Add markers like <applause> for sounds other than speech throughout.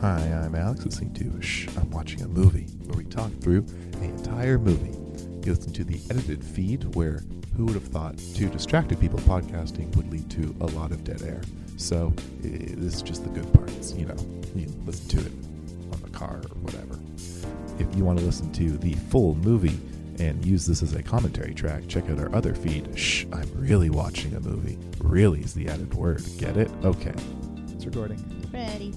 Hi, I'm Alex listening to Shh, I'm Watching a Movie, where we talk through an entire movie. You listen to the edited feed, where who would have thought two distracted people podcasting would lead to a lot of dead air? So, i this is just the good parts, you know. You can listen to it on the car or whatever. If you want to listen to the full movie and use this as a commentary track, check out our other feed. Shh, I'm really watching a movie. Really is the added word. Get it? Okay. It's recording. Ready.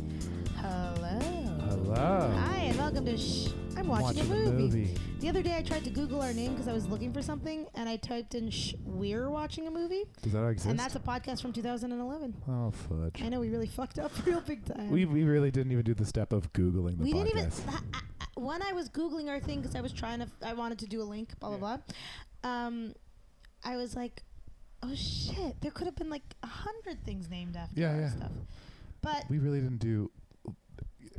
Hello. Hello. Hi, and welcome to Shh. I'm watching, a movie. The other day I tried to Google our name because I was looking for something and I typed in Shh, we're watching a movie. Does that exist? And that's a podcast from 2011. oh fudge. I know we really <laughs> fucked up real big time. We, we really didn't even do the step of googling the We podcast. didn't even. I- I- I- when I was Googling our thing because I was trying to. I wanted to do a link, blah, blah, blah. Um, I was like, oh shit, there could have been like a hundred things named after Yeah, our yeah. stuff. But we really didn't do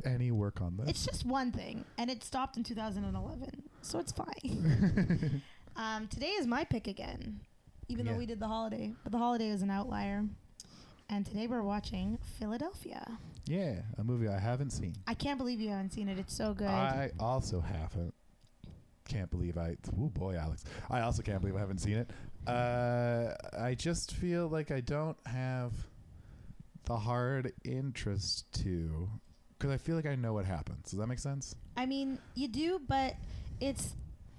any work on this. It's just one thing, and it stopped in 2011, so it's fine. <laughs> um, today is my pick again, even Yeah. though we did the holiday, but the holiday was an outlier. And today we're watching Philadelphia. yeah, a movie I haven't seen. I can't believe you haven't seen it. It's so good. I also haven't. Can't believe I. Oh boy, Alex. I also can't believe I haven't seen it. Uh, I just feel like I don't have the hard interest to, because I feel like I know what happens. Does that make <laughs> sense? I mean, you do, but it's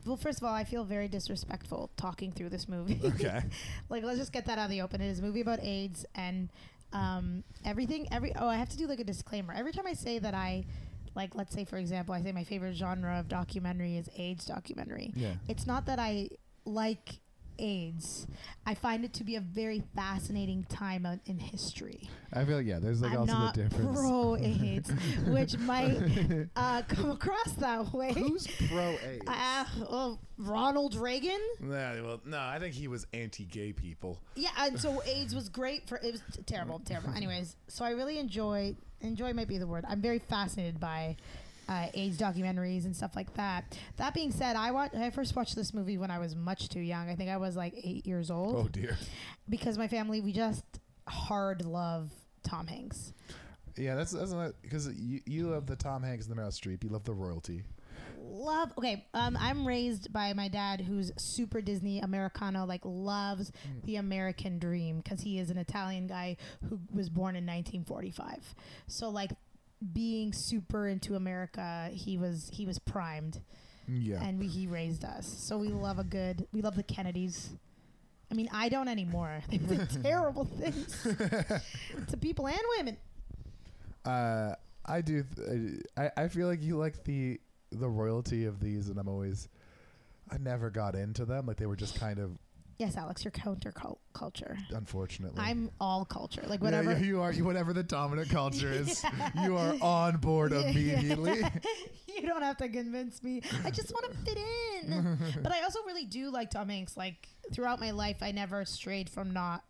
well. First of all, I feel very disrespectful talking through this movie. <laughs> Okay. like let's just get that out of the open. It is a movie about AIDS and um, everything. Every oh, I have to do like a disclaimer. Every time I say that I like, let's say for example, I say my favorite genre of documentary is AIDS documentary. yeah. It's not that I like AIDS. I find it to be a very fascinating time out in history. I feel like yeah. There's like I'm also not the difference. <laughs> pro AIDS, which might uh, come across that way. Who's pro <laughs> AIDS? uh, oh, Ronald Reagan? Nah, well, no, I think he was anti-gay people. Yeah, and so AIDS was great for it was t- terrible, terrible. Anyways, so I really enjoy enjoy might be the word. I'm very fascinated by uh, AIDS documentaries and stuff like that. That being said, I watch I first watched this movie when I was much too young. I think I was like eight years old Oh dear. because my family we just hard love Tom Hanks. Yeah, that's that's because you you love the Tom Hanks and the Meryl Streep. You love the royalty. love okay um, i'm raised by my dad who's super disney americano like loves Mm. the american dream because he is an italian guy who was born in 1945 so like being super into america he was he was primed Yeah. and we, he raised us so we love a good we love the kennedys i mean i don't anymore <laughs> they <laughs> did terrible things to people and women Uh, I do. Th- I I feel like you like the the royalty of these, and I'm always. I never got into them. Like they were just kind of yes alex you're counter cul- culture unfortunately. i'm all culture like Yeah, whatever yeah, you are you, whatever the dominant culture <laughs> is. You are on board immediately. you don't have to convince me. I just want to fit in. but I also really do like Tom Hanks. Like throughout my life, I never strayed from not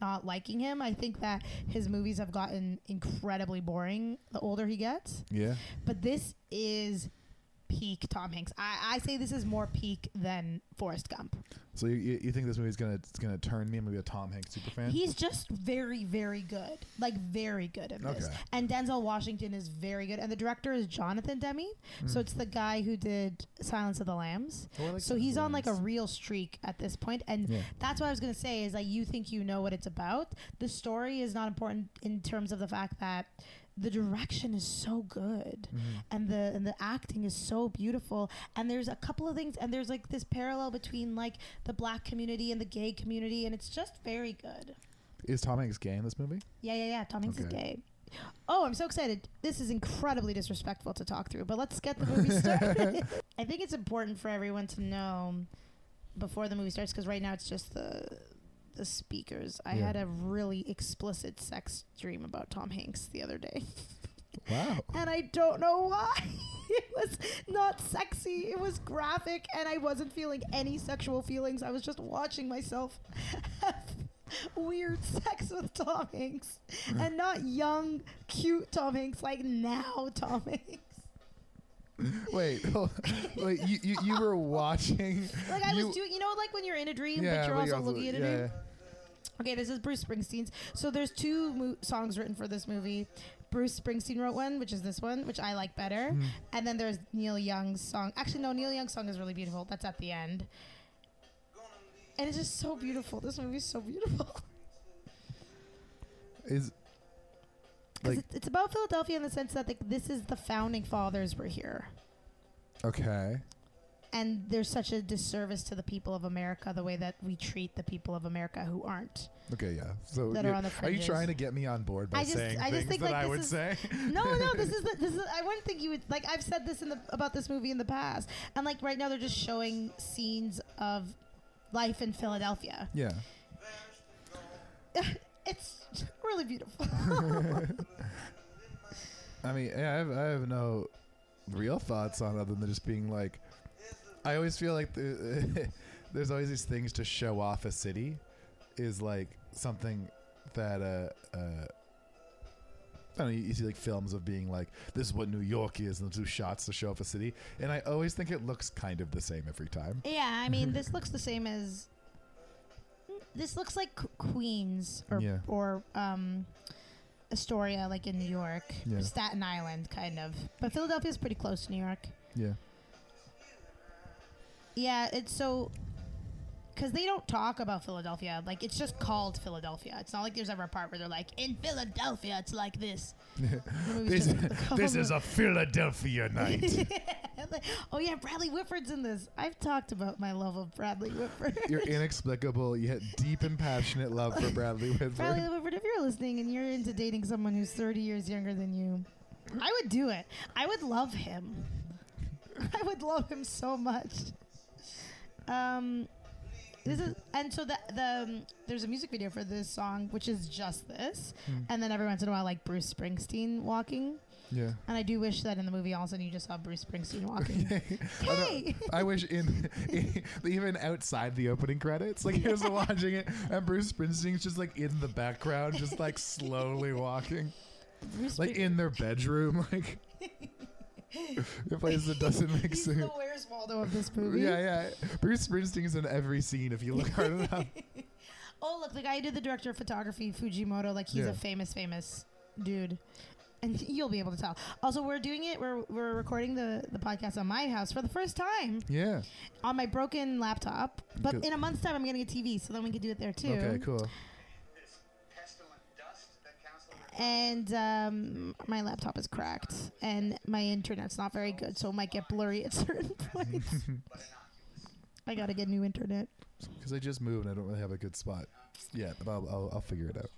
not liking him. I think that his movies have gotten incredibly boring the older he gets. yeah. But this is peak Tom Hanks. I, I say this is more peak than Forrest Gump. So you, you, you think this movie's gonna it's gonna turn me? I'm gonna be a Tom Hanks super fan. He's just very, very good. Like very good at this. Okay. And Denzel Washington is very good. And the director is Jonathan Demi. So it's the guy who did Silence of the Lambs. Oh, I like so Mm. Silence he's of the on like a Lambs. real streak at this point. And Yeah. that's what I was gonna say is like you think you know what it's about. The story is not important in terms of the fact that the direction is so good Mm-hmm. and the and the acting is so beautiful and there's a couple of things and there's like this parallel between like the black community and the gay community and it's just very good. Is Tom Hanks gay in this movie? Yeah, yeah, yeah. Tom Hanks is Okay. gay. Oh, I'm so excited. This is incredibly disrespectful to talk through, but let's get the <laughs> movie started. I think it's important for everyone to know before the movie starts because right now it's just the the speakers. I Yeah. had a really explicit sex dream about Tom Hanks the other day, Wow. and I don't know why. <laughs> it was not sexy. It was graphic, and I wasn't feeling any sexual feelings. I was just watching myself have weird sex with Tom Hanks, and not young, cute Tom Hanks like now Tom Hanks. <laughs> Wait, hold- wait, you, you, you <laughs> were watching. Like I you, was doing, you know, like when you're in a dream, yeah, but you're but also looking at a yeah, dream. Okay, this is Bruce Springsteen's. So there's two mo- songs written for this movie. Bruce Springsteen wrote one, which is this one, which I like better. And then there's Neil Young's song. Actually, no, Neil Young's song is really beautiful. That's at the end. And it's just so beautiful. This movie is so beautiful. <laughs> Is 'Cause Like- it- it's about Philadelphia in the sense that like, this is the founding fathers were here. okay. And there's such a disservice to the people of America the way that we treat the people of America who aren't. Okay, yeah. So That you- are on the you fringes. trying to get me on board by I just- saying I just things think, that like, I this would is- <laughs> say? No, no, this is the, this is. I wouldn't think you would like. I've said this in the about this movie in the past, and like right now they're just showing scenes of life in Philadelphia. Yeah. It's really beautiful. I mean, yeah, I have, I have no real thoughts on other than just being like, I always feel like the, <laughs> there's always these things to show off a city, is like something that uh, uh I don't know. You, you see like films of being like, this is what New York is, and they'll do shots to show off a city, and I always think it looks kind of the same every time. yeah, I <laughs> mean this looks the same as. This looks like Q- Queens or Yeah. or um, Astoria, like in New York, Yeah. Staten Island, kind of. But Philadelphia is pretty close to New York. Yeah. Yeah, it's so because they don't talk about Philadelphia. Like it's just called Philadelphia. It's not like there's ever a part where they're like, "In Philadelphia, it's like <laughs> this." The movie's <laughs> This, just- this is a Philadelphia night. <laughs> Like, <laughs> oh yeah, Bradley Whitford's in this. I've talked about my love of Bradley Whitford. Your inexplicable yet deep and passionate love for Bradley Whitford. Bradley Whitford, if you're listening and you're into dating someone who's 30 years younger than you, I would do it. I would love him. <laughs> I would love him so much. Um, this is and so the the um, there's a music video for this song, which is just this, Hmm. and then every once in a while, like Bruce Springsteen walking. yeah. And I do wish that in the movie, all of a sudden, you just saw Bruce Springsteen walking. <laughs> I know. Hey! I wish in, even outside the opening credits, like he was watching it, and Bruce Springsteen's just like in the background, just like slowly walking, Bruce like in their bedroom, <laughs> <laughs> like the place that doesn't make He's sense. the Where's Waldo of this movie. <laughs> Yeah, yeah. Bruce Springsteen's in every scene if you look hard <laughs> enough. Oh, look, the guy who did the director of photography, Fujimoto, like he's Yeah. a famous, famous dude. And <laughs> you'll be able to tell. Also, we're doing it. We're, we're recording the, the podcast on my house for the first time Yeah. on my broken laptop. But Good. in a month's time, I'm getting a TV, so then we can do it there too. Okay. Cool. pestilent dust that council And um, my laptop is cracked, and my internet's not very good, so it might get blurry at <laughs> certain points. <laughs> I gotta get new internet. Because I just moved and I don't really have a good spot yet, but I'll, I'll, I'll figure it out.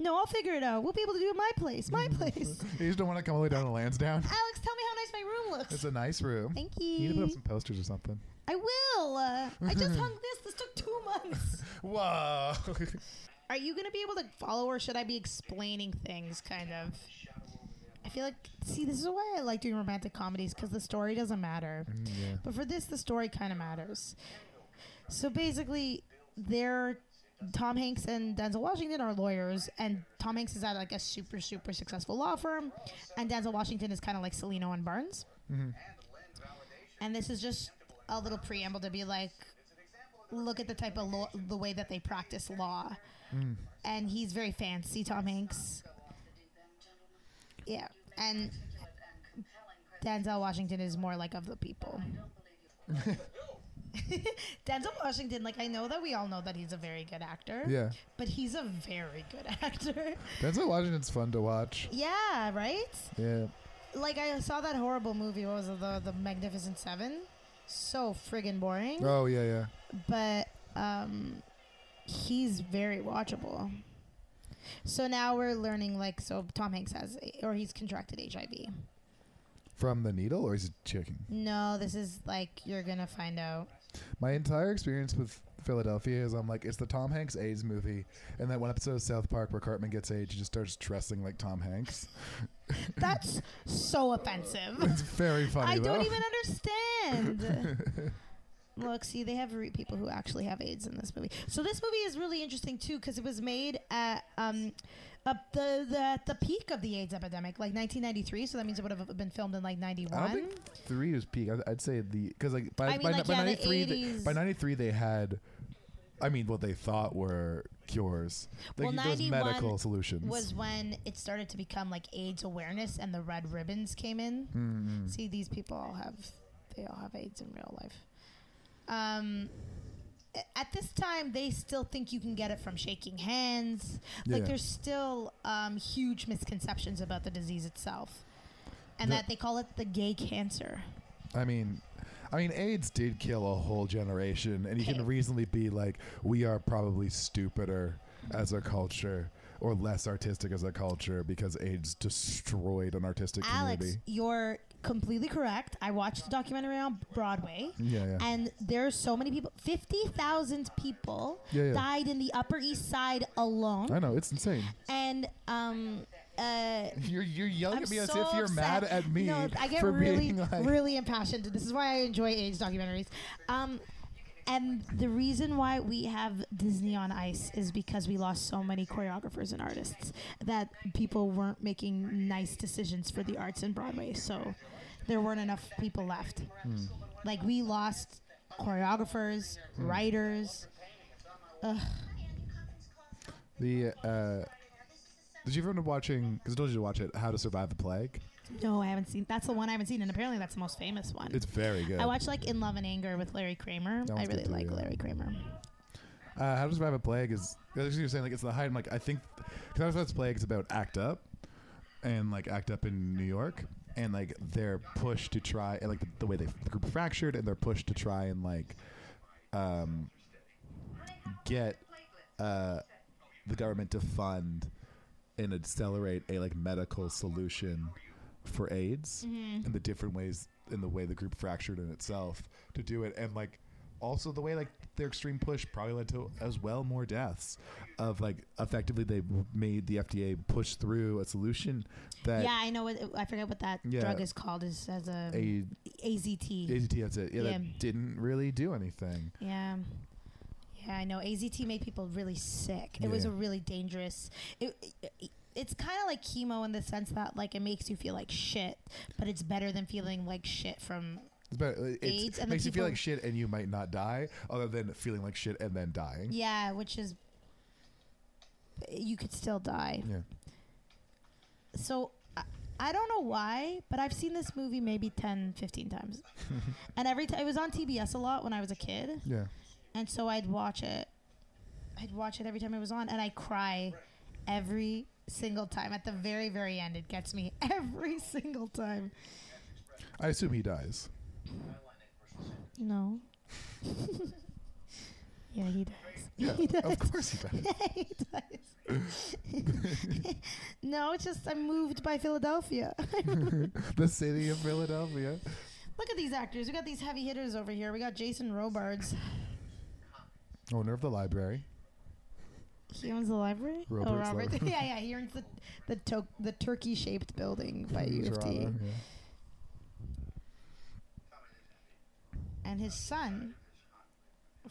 No, I'll figure it out. We'll be able to do it my <laughs> place. My place. You just don't want to come all the way down to Lansdowne. Alex, tell me how nice my room looks. It's a nice room. Thank You need you. to put up some posters or something. I will. Uh, I just hung this. This took two months. <laughs> Whoa. Are you going to be able to follow, or should I be explaining things, kind of? I feel like, see, this is why I like doing romantic comedies, because the story doesn't matter. yeah. But for this, the story kind of matters. So basically, they're. Tom Hanks and Denzel Washington are lawyers, and Tom Hanks is at like a super, super successful law firm, and Denzel Washington is kind of like Celino and Barnes. And this is just a little preamble to be like, look at the type of law, the way that they practice law. And he's very fancy, Tom Hanks. Yeah. And Denzel Washington is more like of the people. <laughs> Denzel Washington, like, I know that we all know that he's a very good actor. Yeah. But he's a very good <laughs> actor. Denzel Washington's fun to watch. yeah, right? Yeah. Like, I saw that horrible movie. What was it? The, the Magnificent Seven? So friggin' boring. Oh yeah, yeah. but um, he's very watchable. So now we're learning, like, so Tom Hanks has, or he's contracted HIV. From the needle or is it chicken? No, this is like you're gonna find out. My entire experience with Philadelphia is I'm like, it's the Tom Hanks AIDS movie, and that one episode of South Park where Cartman gets AIDS, he just starts dressing like Tom Hanks. <laughs> That's so offensive. It's very <laughs> funny I though. don't even understand. <laughs> Look, see, they have re- people who actually have AIDS in this movie. So this movie is really interesting too because it was made at um, up the, the at the peak of the AIDS epidemic, like 1993. So that means it would have been filmed in like 91. I don't think three was peak. I'd, I'd say the because like by I mean, by, like, by yeah, the ninety three by 80s. ninety three they had I mean, what they thought were cures. Like Well, those 91 medical solutions. was when it started to become like AIDS awareness and the red ribbons came in. Mm. See, these people all have they all have AIDS in real life. Um, a- at this time, they still think you can get it from shaking hands. Like Yeah. there's still um, huge misconceptions about the disease itself, and The- that they call it the gay cancer. I mean, I mean, AIDS did kill a whole generation, and you Okay. can reasonably be like, we are probably stupider as a culture or less artistic as a culture because AIDS destroyed an artistic Alex, community. you're completely correct. I watched the documentary on Broadway. Yeah, yeah. And there's so many people. 50,000 people Yeah, yeah. died in the Upper East Side alone. I know it's <laughs> insane. and um, uh, You're you're yelling I'm at me as so if you're upset. mad at me No, I get for really, being like, really impassioned. This is why I enjoy AIDS documentaries. Um, and the reason why we have Disney on Ice is because we lost so many choreographers and artists that people weren't making nice decisions for the arts in Broadway. So there weren't enough people left. Hmm. Like we lost choreographers, Hmm. writers. Ugh. the. Uh, did you ever end up watching? Because I told you to watch it. How to Survive the Plague. No, I haven't seen. That's the one I haven't seen, and apparently that's the most famous one. It's very good. I watched like In Love and Anger with Larry Kramer. That I one's good really too, like yeah. Larry Kramer. Uh, How to Survive a Plague is as you were saying, like it's the height. I'm like, I think because How to Survive a Plague is about ACT UP and like ACT UP in New York and like their push to try and like the, the way they the group fractured and their push to try and like um get uh the government to fund and accelerate a like medical solution for AIDS Mm-hmm. and the different ways in the way the group fractured in itself to do it and like also the way like their extreme push probably led to as well more deaths of like effectively they made the FDA push through a solution that yeah, I know. What, I forget what that Yeah. drug is called. Is as a, a AZT. AZT that's it yeah, Yeah. that didn't really do anything yeah. Yeah, I know. AZT made people really sick. It was Yeah. a really dangerous. It, it- it's kind of like chemo in the sense that like it makes you feel like shit, but it's better than feeling like shit from. it's better it AIDS and the makes you feel people- like shit and you might not die other than feeling like shit and then dying Yeah, which is you could still die. yeah so I, I don't know why, but I've seen this movie maybe 10, <laughs> 15 times. and every time it was on TBS a lot when I was a kid, yeah and so I'd watch it. I'd watch it every time it was on and I cry every single time at the very very end it gets me <laughs> every single time. I assume he dies No. <laughs> yeah, he does. yeah <laughs> he does. of course he <laughs> dies he does. <laughs> <laughs> no, it's just I'm moved by Philadelphia. the city of Philadelphia Look at these actors. We got these heavy hitters over here. We got Jason Robards. owner of the library He owns the library. Oh, Robert's library. <laughs> yeah, yeah. He owns the the, to- the turkey shaped building by in U of T. Toronto, yeah. And his son.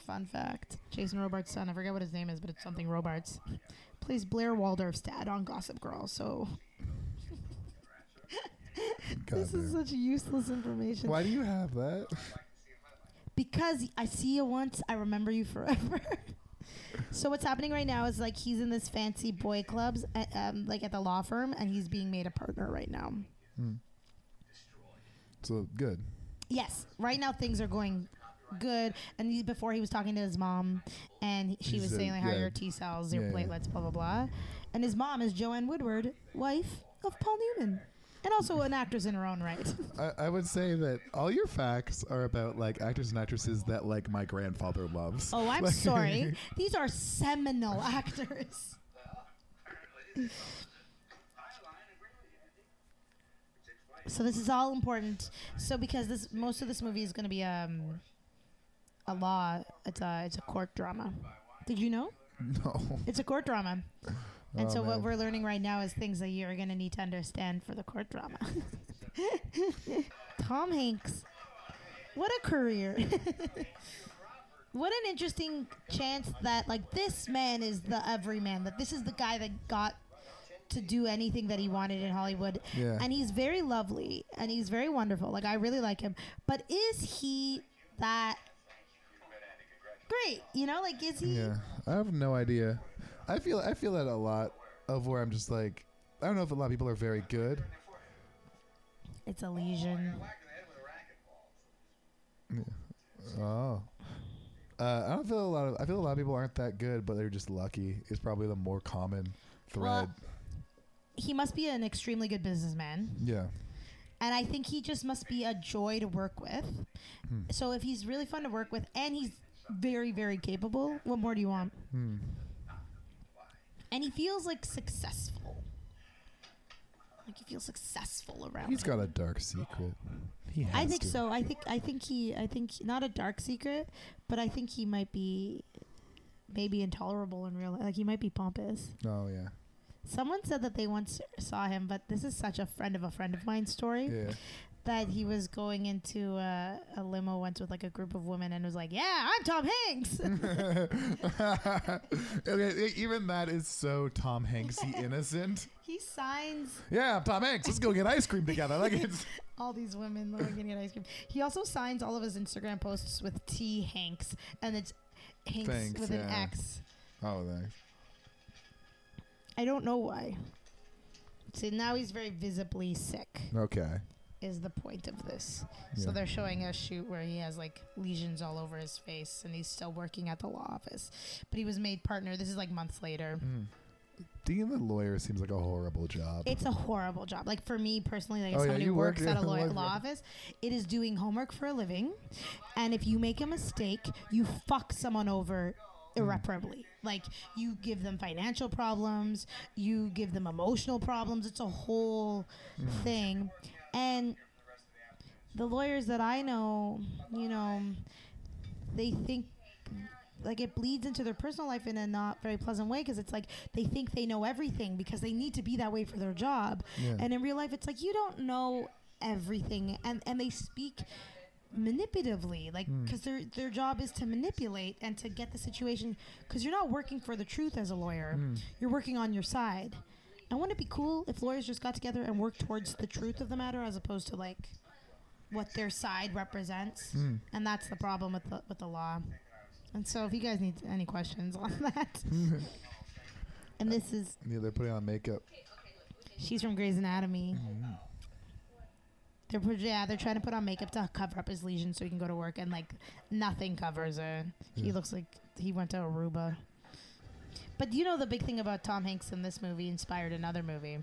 Fun fact: Jason Robards' son. I forget what his name is, but it's something Robards. Plays Blair Waldorf's dad on Gossip Girl. So God this is damn. such useless information. why do you have that because I see you once, I remember you forever. <laughs> so what's happening right now is like he's in this fancy boy clubs, uh, um, like at the law firm, and he's being made a partner right now. so good Yes, right now things are going good. And he, before he was talking to his mom, and he- she She was said, saying like how yeah. your T cells, your Yeah, yeah. platelets, blah blah blah. And his mom is Joanne Woodward, wife of Paul Newman, and also an actress in her own right. <laughs> I, I would say that all your facts are about like actors and actresses that like my grandfather loves. Oh, I'm Like- sorry. These are seminal actors. So this is all important. So because this most of this movie is going to be um a law. It's a it's a court drama. Did you know? <laughs> no. It's a court drama. And Oh, so what man. we're learning right now is things that you're going to need to understand for the court drama. <laughs> Tom Hanks. What a career. <laughs> what an interesting chance that like this man is the everyman that this is the guy that got to do anything that he wanted in Hollywood. Yeah. And he's very lovely and he's very wonderful. Like I really like him. But is he that great. You know, like is he? Yeah, I have no idea. I feel I feel that a lot of where I'm just like I don't know if a lot of people are very good. It's a lesion. Whacked in the head with a racquetball. Oh, uh, I don't feel a lot of I feel a lot of people aren't that good, but they're just lucky. Is probably the more common thread. Well, He must be an extremely good businessman, yeah, and I think he just must be a joy to work with. Hmm. So if he's really fun to work with and he's very very capable, what more do you want? Hmm. And he feels like successful. Like you feel successful around. he's him. got a dark secret. He has I think to. so. I think I think he I think not a dark secret, but I think he might be maybe intolerable in real life. Like he might be pompous. Oh yeah, Someone said that they once saw him, but this is such a friend of a friend of mine story yeah. <laughs> that he was going into a, a limo once with like a group of women and was like, "Yeah, I'm Tom <laughs> Hanks." <laughs> okay, e- even that is so Tom <laughs> Hanksy innocent. he signs Yeah, Tom Hanks. Let's go get ice cream together. Like <laughs> it's all these women that are gonna get ice cream. He also signs all of his Instagram posts with T Hanks, and it's Hanks Thanks, with an yeah. X. oh, thanks. I don't know why. See, now he's very visibly sick, Okay. is the point of this. So Yeah. they're showing a shoot where he has like lesions all over his face and he's still working at the law office. But he was made partner. This is like months later. Mm. Being the lawyer seems like a horrible job. It's a horrible job. Like for me personally, like Oh, as yeah, somebody you who work works at <laughs> a in a law, law law office, it is doing homework for a living. And if you make a mistake, you fuck someone over Mm. irreparably. Like you give them financial problems, you give them emotional problems. It's a whole Mm. thing. And the lawyers that I know, you know, they think like it bleeds into their personal life in a not very pleasant way because it's like they think they know everything because they need to be that way for their job Yeah. and in real life it's like you don't know everything and and they speak manipulatively like because their their job is to manipulate and to get the situation because you're not working for the truth as a lawyer you're working on your side and wouldn't it be cool if lawyers just got together and worked towards the truth of the matter as opposed to like what their side represents and that's the problem with the with the law and so if you guys need any questions on that and this is yeah, they're putting on makeup. She's from Grey's Anatomy. They're put, yeah, they're trying to put on makeup to cover up his lesions so he can go to work, and like nothing covers it. He Yeah. looks like he went to Aruba. But you know the big thing about Tom Hanks in this movie inspired another movie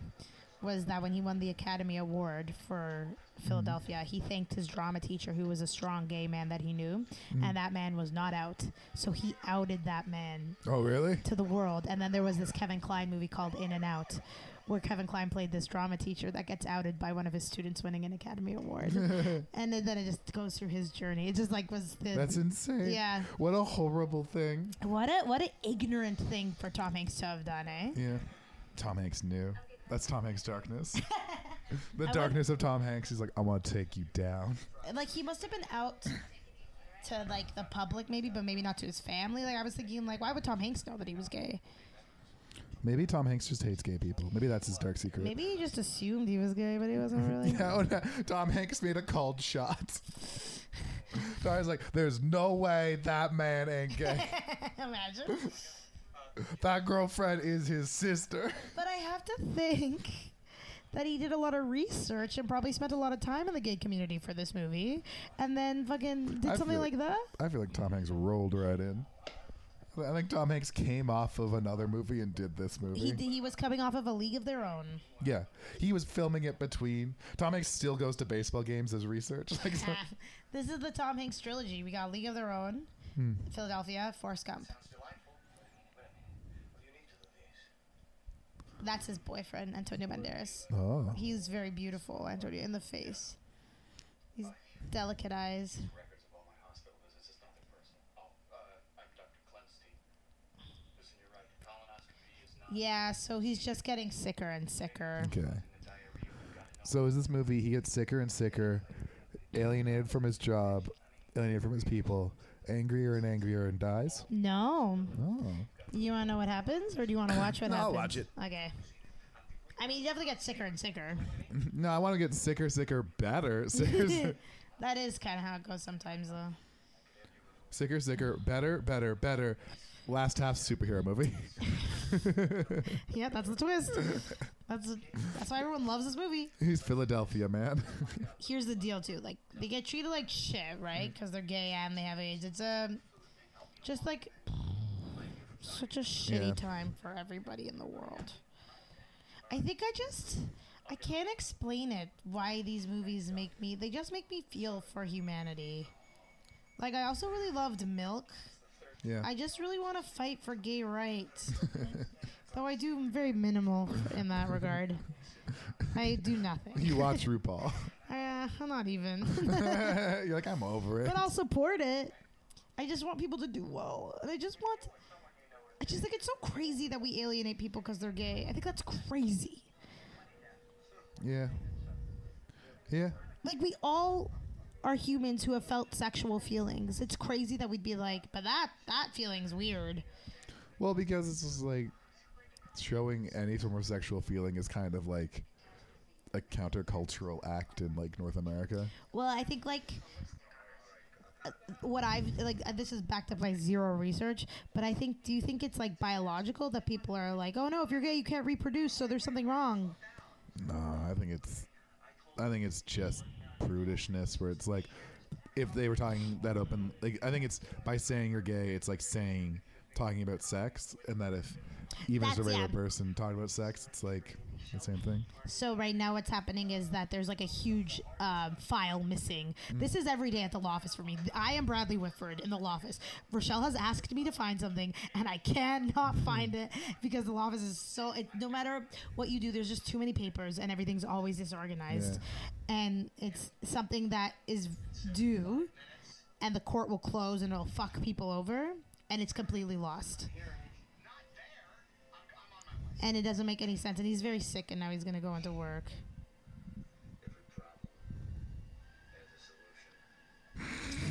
was that when he won the Academy Award for Philadelphia, he thanked his drama teacher who was a strong gay man that he knew, and that man was not out. So he outed that man Oh, really? to the world. And then there was this Kevin Klein movie called In and Out, where Kevin Klein played this drama teacher that gets outed by one of his students winning an Academy Award. and then it just goes through his journey. It just like was the That's insane. yeah. What a horrible thing. What a what a ignorant thing for Tom Hanks to have done, eh? Yeah. Tom Hanks knew. That's Tom Hanks' <laughs> darkness. <laughs> the would- darkness of Tom Hanks. He's like, I want to take you down. Like he must have been out to like the public maybe, but maybe not to his family. Like I was thinking like why would Tom Hanks know that he was gay? Maybe Tom Hanks just hates gay people. Maybe that's his dark secret. <laughs> Maybe he just assumed he was gay, but he wasn't really. No, no, Tom Hanks made a cold shot. so I was like, "There's no way that man ain't gay. <laughs> <laughs> Imagine. that girlfriend is his sister." But I have to think that he did a lot of research and probably spent a lot of time in the gay community for this movie, and then fucking did I something feel- like that. I feel like Tom Hanks rolled right in. I think Tom Hanks came off of another movie and did this movie. He d- he was coming off of a League of Their Own. Yeah, he was filming it between. Tom Hanks still goes to baseball games as research. <laughs> Like, so- <laughs> this is the Tom Hanks trilogy. We got League of Their Own, Hmm. Philadelphia, Forrest Gump. It's delightful. But what do you need to do this? That's his boyfriend, Antonio Banderas. oh, He's very beautiful, Antonio, in the face. He's delicate eyes. Records of all my hospital visits is nothing personal. Oh, uh, I'm Dr. Clenstein. Listen, you're right. Colonoscopy is not Yeah, so he's just getting sicker and sicker. okay. the diarrhea we've got. No, So is this movie? He gets sicker and sicker, alienated from his job, alienated from his people, angrier and angrier, and dies. No. Oh. You want to know what happens, or do you want to watch <coughs> what No, I'll happens? watch it. Okay. I mean, you definitely get sicker and sicker. <laughs> No, I want to get <laughs> sicker, sicker, better. Sicker, sicker. that is kind of how it goes sometimes, though. Sicker, sicker, better, better, better. Last half superhero movie. <laughs> Yeah, that's the twist. That's that's why everyone loves this movie. He's Philadelphia, man. <laughs> Here's the deal too: like they get treated like shit, right? Mm. Because they're gay and they have AIDS. It's um, just like such a shitty Yeah. time for everybody in the world. I think I just I can't explain it. Why these movies make me? They just make me feel for humanity. Like I also really loved Milk. Yeah. I just really want to fight for <laughs> gay rights. Though I do very minimal in that regard. I <laughs> do nothing. you watch RuPaul. Uh, I'm not even. You're like, I'm over it. but I'll support it. I just want people to do well. And I just want. I just think it's so crazy that we alienate people because they're gay. I think that's crazy. Yeah. Yeah. Like, we all are humans who have felt sexual feelings. It's crazy that we'd be like, but that, that feeling's weird. Well, because it's just like showing any form of sexual feeling is kind of like a countercultural act in like North America. Well, I think like uh, what I've like uh, this is backed up by zero research, but I think do you think it's like biological that people are like, oh no, if you're gay, you can't reproduce, so there's something wrong. No, I think it's I think it's just prudishness where it's like if they were talking that open like I think it's by saying you're gay, it's like saying talking about sex and that if even as a That's- regular yeah. person talking about sex, it's like the same thing. So right now, what's happening is that there's like a huge um, file missing. This is every day at the law office for me. I am Bradley Whitford in the law office. Rochelle has asked me to find something, and I cannot find it because the law office is so. It, no matter what you do, there's just too many papers, and everything's always disorganized. And it's something that is due, and the court will close, and it'll fuck people over, and it's completely lost. And it doesn't make any sense. And he's very sick, and now he's gonna go into work.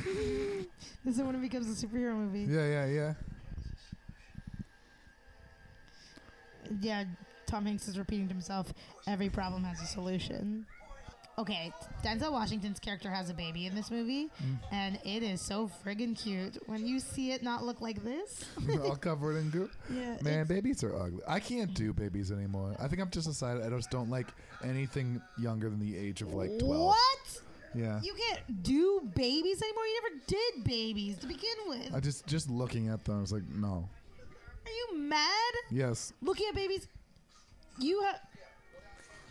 <laughs> This is when it becomes a superhero movie. Yeah, yeah, yeah. <laughs> Yeah, Tom Hanks is repeating to himself every problem has a solution. Okay, Denzel Washington's character has a baby in this movie, Mm. and it is so friggin' cute. When you see it not look like this, All covered in goo. yeah, Man, babies are ugly. I can't do babies anymore. I think I've just decided I just don't like anything younger than the age of like twelve. What? Yeah. You can't do babies anymore. You never did babies to begin with. I just just looking at them, I was like, no. Are you mad? Yes. Looking at babies, you have.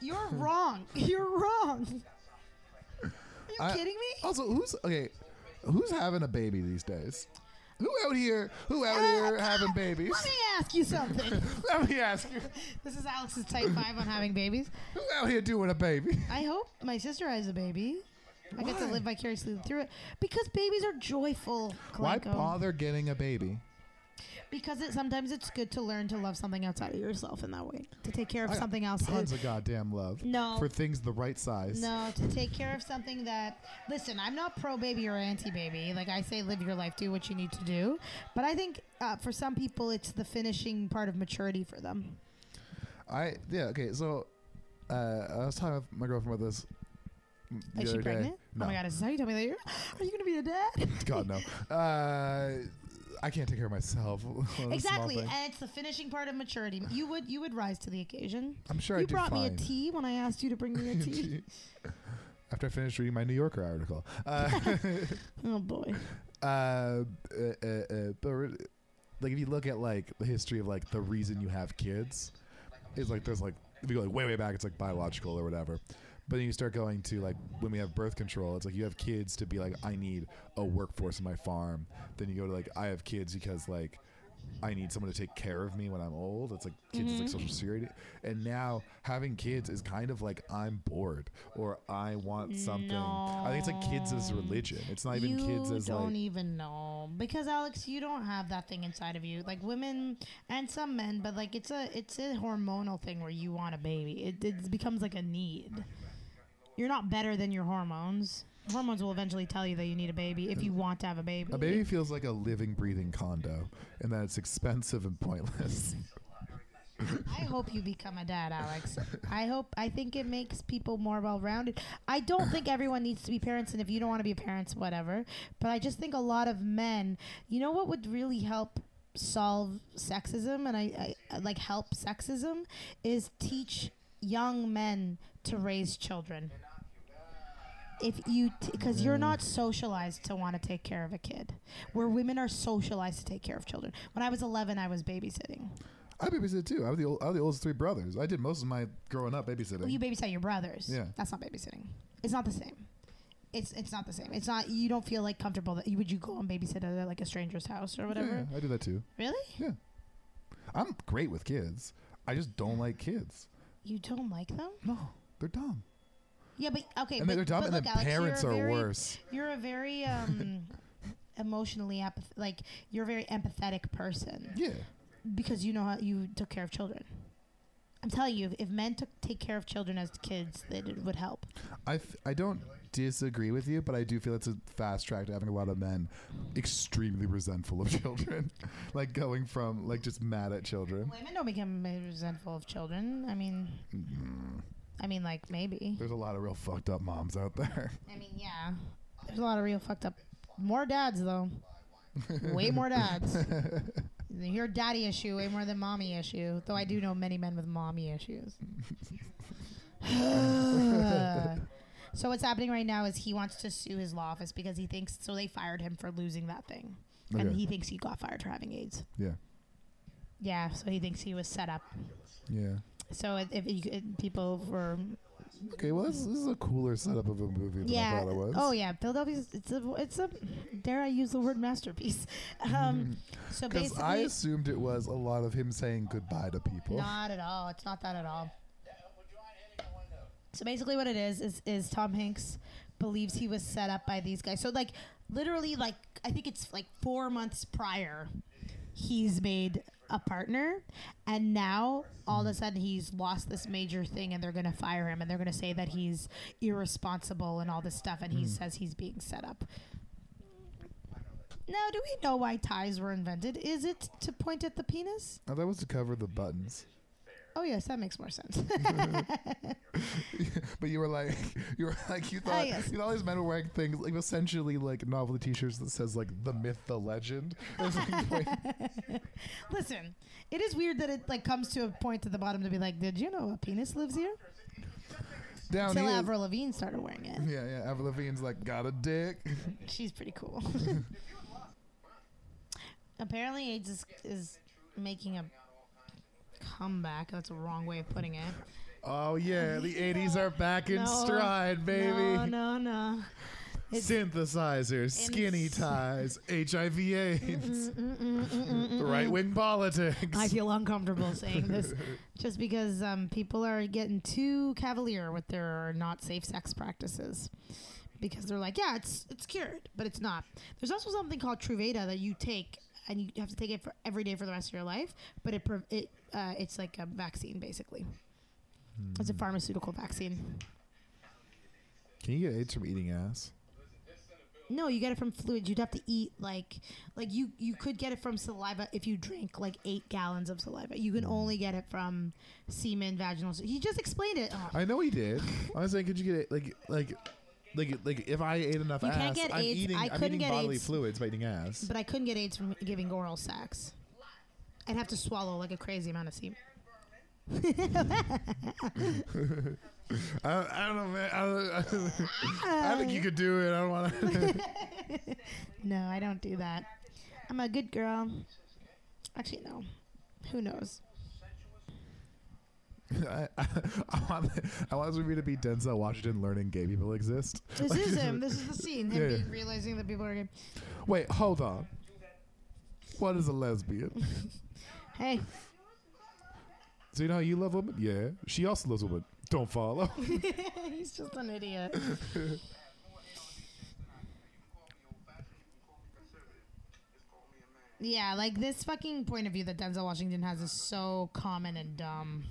You're wrong. <laughs> You're wrong. Are you I- Oh, kidding me? Also, who's okay? Who's having a baby these days? Who out here? Who Uh, out here having babies? Let me ask you something. <laughs> <laughs> Let me ask you. This is Alex's type five on having babies. Who out here doing a <laughs> baby? I hope my sister has a baby. I get to Why? live vicariously through it because babies are joyful. Why Kalanko. bother getting a baby? Because it, sometimes it's good to learn to love something outside of yourself in that way. To take care of I got something else. Tons of goddamn love. No. For things the right size. No, to take care of something that. Listen, I'm not pro baby or anti baby. Like I say, live your life, do what you need to do. But I think uh, for some people, it's the finishing part of maturity for them. I yeah okay. So uh, I was talking with my girlfriend about this. the Is she other day. pregnant? No. Oh my god, is that how you tell me that you're? Are you gonna be a dad? <laughs> <laughs> God no. Uh, I can't take care of myself. <laughs> Little small exactly, thing. and it's the finishing part of maturity. You would you would rise to the occasion. I'm sure you I do brought me fine. a tea when I asked you to bring <laughs> me a tea. After I finished reading my New Yorker article. <laughs> Uh, oh boy. uh, uh, uh, uh, but re- like if you look at like the history of like the reason you have kids, it's like there's like if you go like way way back, it's like biological or whatever. But then you start going to like when we have birth control, it's like you have kids to be like I need a workforce in my farm. Then you go to like I have kids because like I need someone to take care of me when I'm old. It's like kids Mm-hmm. is like social security. And now having kids is kind of like I'm bored or I want something. I think it's like kids as religion. It's not even you kids as don't like even know because Alex, you don't have that thing inside of you. Like women and some men, but like it's a it's a hormonal thing where you want a baby. It, it becomes like a need. You're not better than your hormones. Hormones will eventually tell you that you need a baby if you want to have a baby. A baby <laughs> feels like a living, breathing condo, and that it's expensive and pointless. I hope you become a dad, Alex. I hope. I think it makes people more well-rounded. I don't think everyone needs to be parents, and if you don't want to be parents, whatever. But I just think a lot of men. You know what would really help solve sexism, and I, I like help sexism, is teach young men to raise children. If you, because you're not socialized to want to take care of a kid, where women are socialized to take care of children. When I was 11, I was babysitting. I babysit too. I was the old, I was the oldest of three brothers. I did most of my growing up babysitting. You babysit your brothers. Yeah. That's not babysitting. It's not the same. It's it's not the same. It's not. You don't feel like comfortable that you would you go and babysit at like a stranger's house or whatever. Yeah, I do that too. Really? Yeah, I'm great with kids. I just don't like kids. You don't like them? No, they're dumb. Yeah, but okay. and but, they're dumb, and but look, then Alex, parents you're are a very, worse. You're a <laughs> very um, emotionally apath- like you're a very empathetic person Yeah, because you know how you took care of children. I'm telling you, if- if men took take care of children as kids, that it would help. I f- I don't disagree with you, but I do feel it's a fast track to having a lot of men extremely resentful of <laughs> children, like going from like just mad at children. Women don't become resentful of children. I mean, I mean, like maybe. Mm-hmm. There's a lot of real fucked up moms out there. I mean, yeah. There's a lot of real fucked up. More dads though. way <laughs> more dads. Your daddy issue way more than mommy issue. Though I do know many men with mommy issues. <sighs> so what's happening right now is he wants to sue his law office because he thinks so they fired him for losing that thing, and Okay. he thinks he got fired for having AIDS. Yeah, Yeah, so he thinks he was set up. yeah. So if, if you, if people were Okay, well this, this is a cooler setup of a movie than I yeah. thought it was. Oh yeah, Philadelphia's it's a it's a dare I use the word masterpiece. <laughs> <laughs> Um, so Because basically, I assumed it was a lot of him saying goodbye to people. not at all. It's not that at all. So basically, what it is is is Tom Hanks believes he was set up by these guys. So like literally, like I think it's like four months prior, he's made a partner, and now all of a sudden he's lost this major thing, and they're gonna fire him, and they're gonna say that he's irresponsible and all this stuff, and he says he's being set up. Now, do we know why ties were invented? Is it to point at the penis? Now that was to cover the <laughs> buttons. <laughs> Oh yes, that makes more sense. But you were like, you were like, you thought, yes. you know, all these men were wearing things like essentially like novelty T-shirts that says like the myth, the legend. <laughs> It's like, <laughs> wait, Listen, it is weird that it like comes to a point at the bottom to be like, did you know a penis lives here? down Until here. Avril Lavigne started wearing <laughs> it. yeah, yeah. Avril Lavigne's like got a dick. <laughs> She's pretty cool. Apparently, AIDS is, is making a comeback. That's a wrong way of putting it. Oh yeah, <laughs> the '80s are back in No, stride, baby. No, no, no. It's- Synthesizers, skinny It's- <laughs> ties, HIV/AIDS, Mm-mm-mm-mm-mm. the right wing politics. Mm-hmm, I feel uncomfortable saying this just because um, people are getting too cavalier with their not safe sex practices because they're like, yeah, it's it's cured, but it's not. There's also something called Truvada that you take and you have to take it for every day for the rest of your life, but it pre- it uh, it's like a vaccine basically. It's a pharmaceutical vaccine. Can you get AIDS from eating ass? No, you get it from fluids. You'd have to eat like like you you could get it from saliva if you drink like eight gallons of saliva. You Mm. can only get it from semen, vaginal. He just explained it. Oh. I know he did. <laughs> I was saying, could you get it like like like like if I ate enough You ass, can't get I'm AIDS. eating I am couldn't eating get bodily AIDS. fluids by eating ass. But I couldn't get AIDS from giving oral sex. I'd have to swallow like a crazy amount of semen. <laughs> I, I don't know, man. I, <laughs> don't, I think you could do it. I don't want to. No, I don't do that. I'm a good girl. Actually, no. Who knows? <laughs> I, I, I want I want this movie to be Denzel Washington learning gay people exist. This is him. This is the scene. Him Yeah, yeah. being- realizing that people are gay. Wait, hold on. What is a lesbian? Hey, So you know how you love women? Yeah, she also loves women. Don't follow. <laughs> he's just an idiot. Yeah, like this fucking point of view that Denzel Washington has is so common and dumb.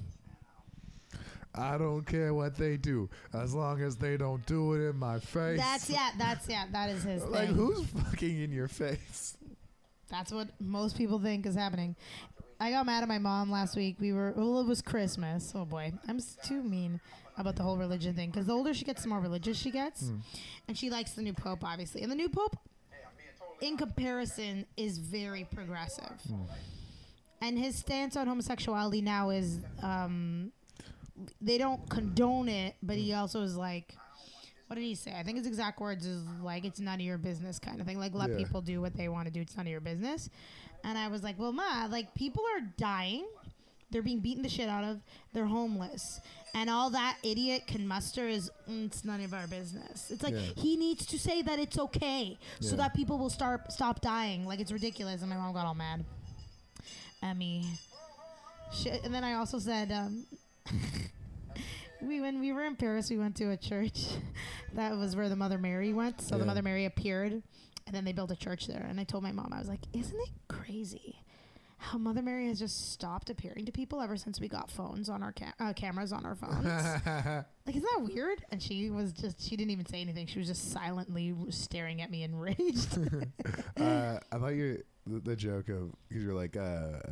I don't care what they do, as long as they don't do it in my face. That's yeah, that's yeah, that is his Like thing. who's fucking in your face? That's what most people think is happening. I got mad at my mom last week. We were well, it was Christmas. Oh boy, I'm s- too mean about the whole religion thing. Because the older she gets, the more religious she gets, and she likes the new pope, obviously. And the new pope, in comparison, is very progressive, and his stance on homosexuality now is um, they don't condone it, but he also is like. What did he say? I think his exact words is like, it's none of your business kind of thing. Like, let Yeah. people do what they want to do. It's none of your business. And I was like, well, ma, like, people are dying. They're being beaten the shit out of. They're homeless. And all that idiot can muster is, "Mm, it's none of our business. It's like, Yeah. he needs to say that it's okay so Yeah. that people will start stop dying. Like, it's ridiculous. And my mom got all mad at me. Shit. And then I also said, um, <laughs> we when we were in Paris, we went to a church <laughs> that was where the Mother Mary went. So the Yeah. Mother Mary appeared, and then they built a church there. And I told my mom, I was like, "Isn't it crazy how Mother Mary has just stopped appearing to people ever since we got phones on our cam- uh, cameras on our phones? like, isn't that weird?" And she was just she didn't even say anything. She was just silently staring at <laughs> me, enraged. <laughs> uh, I thought you the, the joke of because you're like, uh, uh,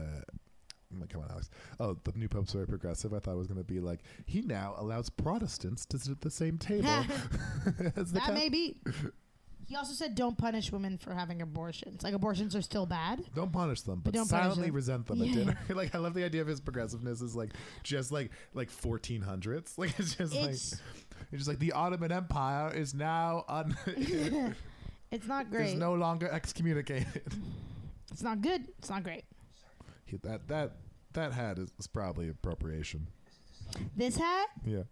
I'm like, come on, Alex. Oh, the new pope's very progressive. I thought it was going to be like he now allows Protestants to sit at the same table <laughs> <laughs> as the that may Catholic. be. He also said, "Don't punish women for having abortions. Like abortions are still bad." Don't punish them, but don't punish silently them. resent them at Yeah. dinner. <laughs> like I love the idea of his progressiveness is like just like like 1400s. <laughs> Like it's just It's- like it's just like the Ottoman Empire is now <laughs> un- <laughs> It's not is great. no longer excommunicated. <laughs> it's not good. It's not great. He- that that that hat is, is probably appropriation. This hat, Yeah.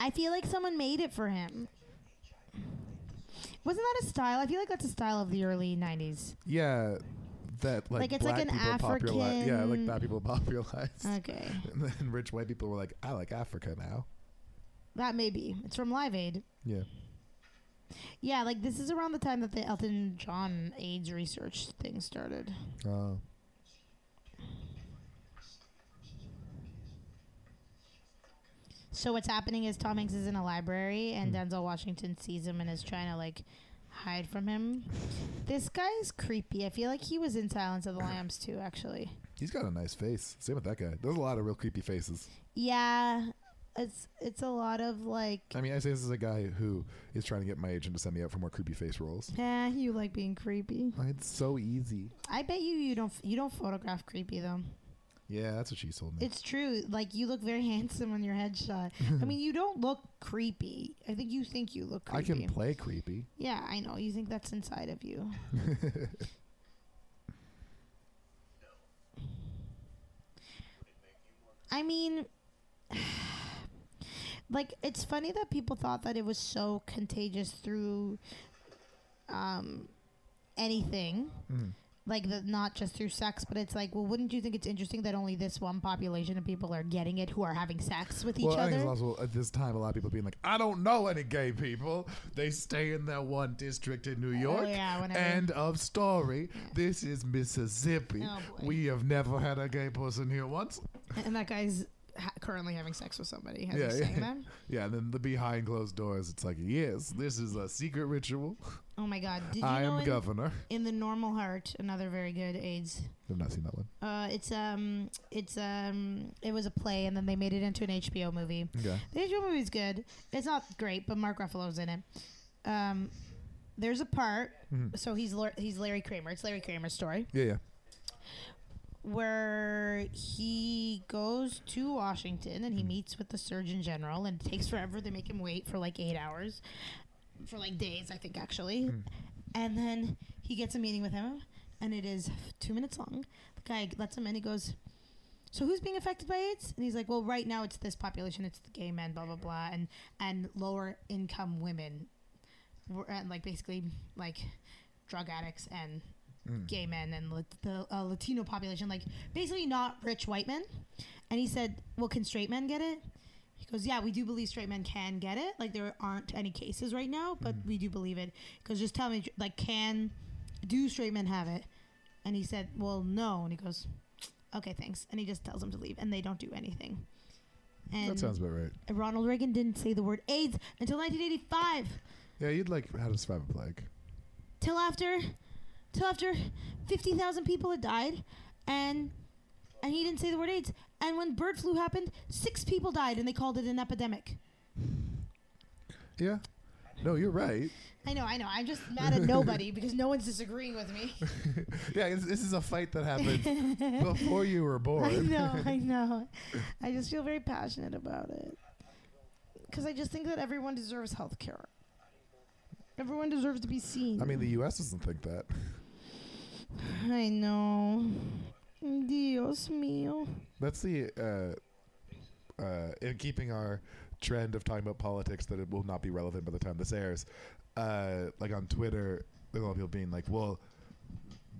I feel like someone made it for him. Wasn't that a style? I feel like that's a style of the early '90s. Yeah, that like, Like, it's black like an people popularized. Yeah, like African- Uh, black people popularized, Okay, <laughs> and then rich white people were like, "I like Africa now." that may be. It's from Live Aid. Yeah, Yeah, like this is around the time that the Elton John AIDS research thing started. oh, So what's happening is Tom Hanks is in a library and Hmm. Denzel Washington sees him and is trying to like hide from him. This guy is creepy. I feel like he was in Silence <coughs> of the Lambs too, actually. he's got a nice face. Same with that guy. There's a lot of real creepy faces. Yeah, it's it's a lot of like, I mean, I say this is a guy who is trying to get my agent to send me out for more creepy face roles. eh, you like being creepy. It's so easy. I bet you you don't you don't photograph creepy though. Yeah, that's what she told me. It's true. Like you look very <laughs> handsome on your headshot. I mean, you don't look creepy. I think you think you look <laughs> I creepy. can play creepy. yeah, I know. You think that's inside of you. I mean, <sighs> like it's funny that people thought that it was so contagious through um anything. Mm. Like the, not just through sex, but it's like, well, wouldn't you think it's interesting that only this one population of people are getting it who are having sex with well, each I think other? it's also at this time a lot of people being like, I don't know any gay people. They stay in their one district in New York. Oh, yeah, whenever- End of story. This is Mississippi. Oh, boy. we have never had a gay person here once. <laughs> and that guy's ha- currently having sex with somebody. As Yeah, yeah, yeah. saying that. Yeah, and then the behind closed doors, it's like, yes, this is a secret ritual. Oh my God! Did you <laughs> I know am in, governor. in the Normal Heart, another very good AIDS I've not seen that one. Uh, it's um, it's um, it was a play, and then they made it into an HBO movie. Okay. The HBO movie's good. It's not great, but Mark Ruffalo's in it. Um, there's a part, so he's Lar- he's Larry Kramer. It's Larry Kramer's story Yeah, yeah. where he goes to Washington and he meets with the Surgeon General, and it takes forever. They make him wait for like eight hours, for like days, I think actually. And then he gets a meeting with him, and it is two minutes long. The guy lets him in. He goes, "So who's being affected by AIDS?" And he's like, "Well, right now it's this population. It's the gay men, blah blah blah, and and lower income women, We're- and like basically like drug addicts and." Mm. gay men and lat- the uh, Latino population, like basically not rich white men. And he said, "Well, can straight men get it?" He goes, "Yeah, we do believe straight men can get it. Like there aren't any cases right now, but Mm. we do believe it." Because just tell me, like, can do straight men have it? And he said, "Well, no." And he goes, "Okay, thanks." And he just tells them to leave, and they don't do anything. And that sounds about right. Ronald Reagan didn't say the word AIDS until 1985 Yeah, you'd like how to survive a plague. till after till after 50,000 people had died and and he didn't say the word AIDS. And when bird flu happened, six people died, and they called it an epidemic. Yeah. No, you're right. I know, I know. I'm just mad at nobody because no one's disagreeing with me. <laughs> Yeah, this, this is a fight that <laughs> happened before you were born. <laughs> I know, I know. I just feel very passionate about it. Because I just think that everyone deserves health care. Everyone deserves to be seen. I mean, the U.S. doesn't think that. I know. Dios mío. That's the uh, uh, in keeping our trend of talking about politics that it will not be relevant by the time this airs. Uh, like on Twitter, there's a lot of people being like, "Well,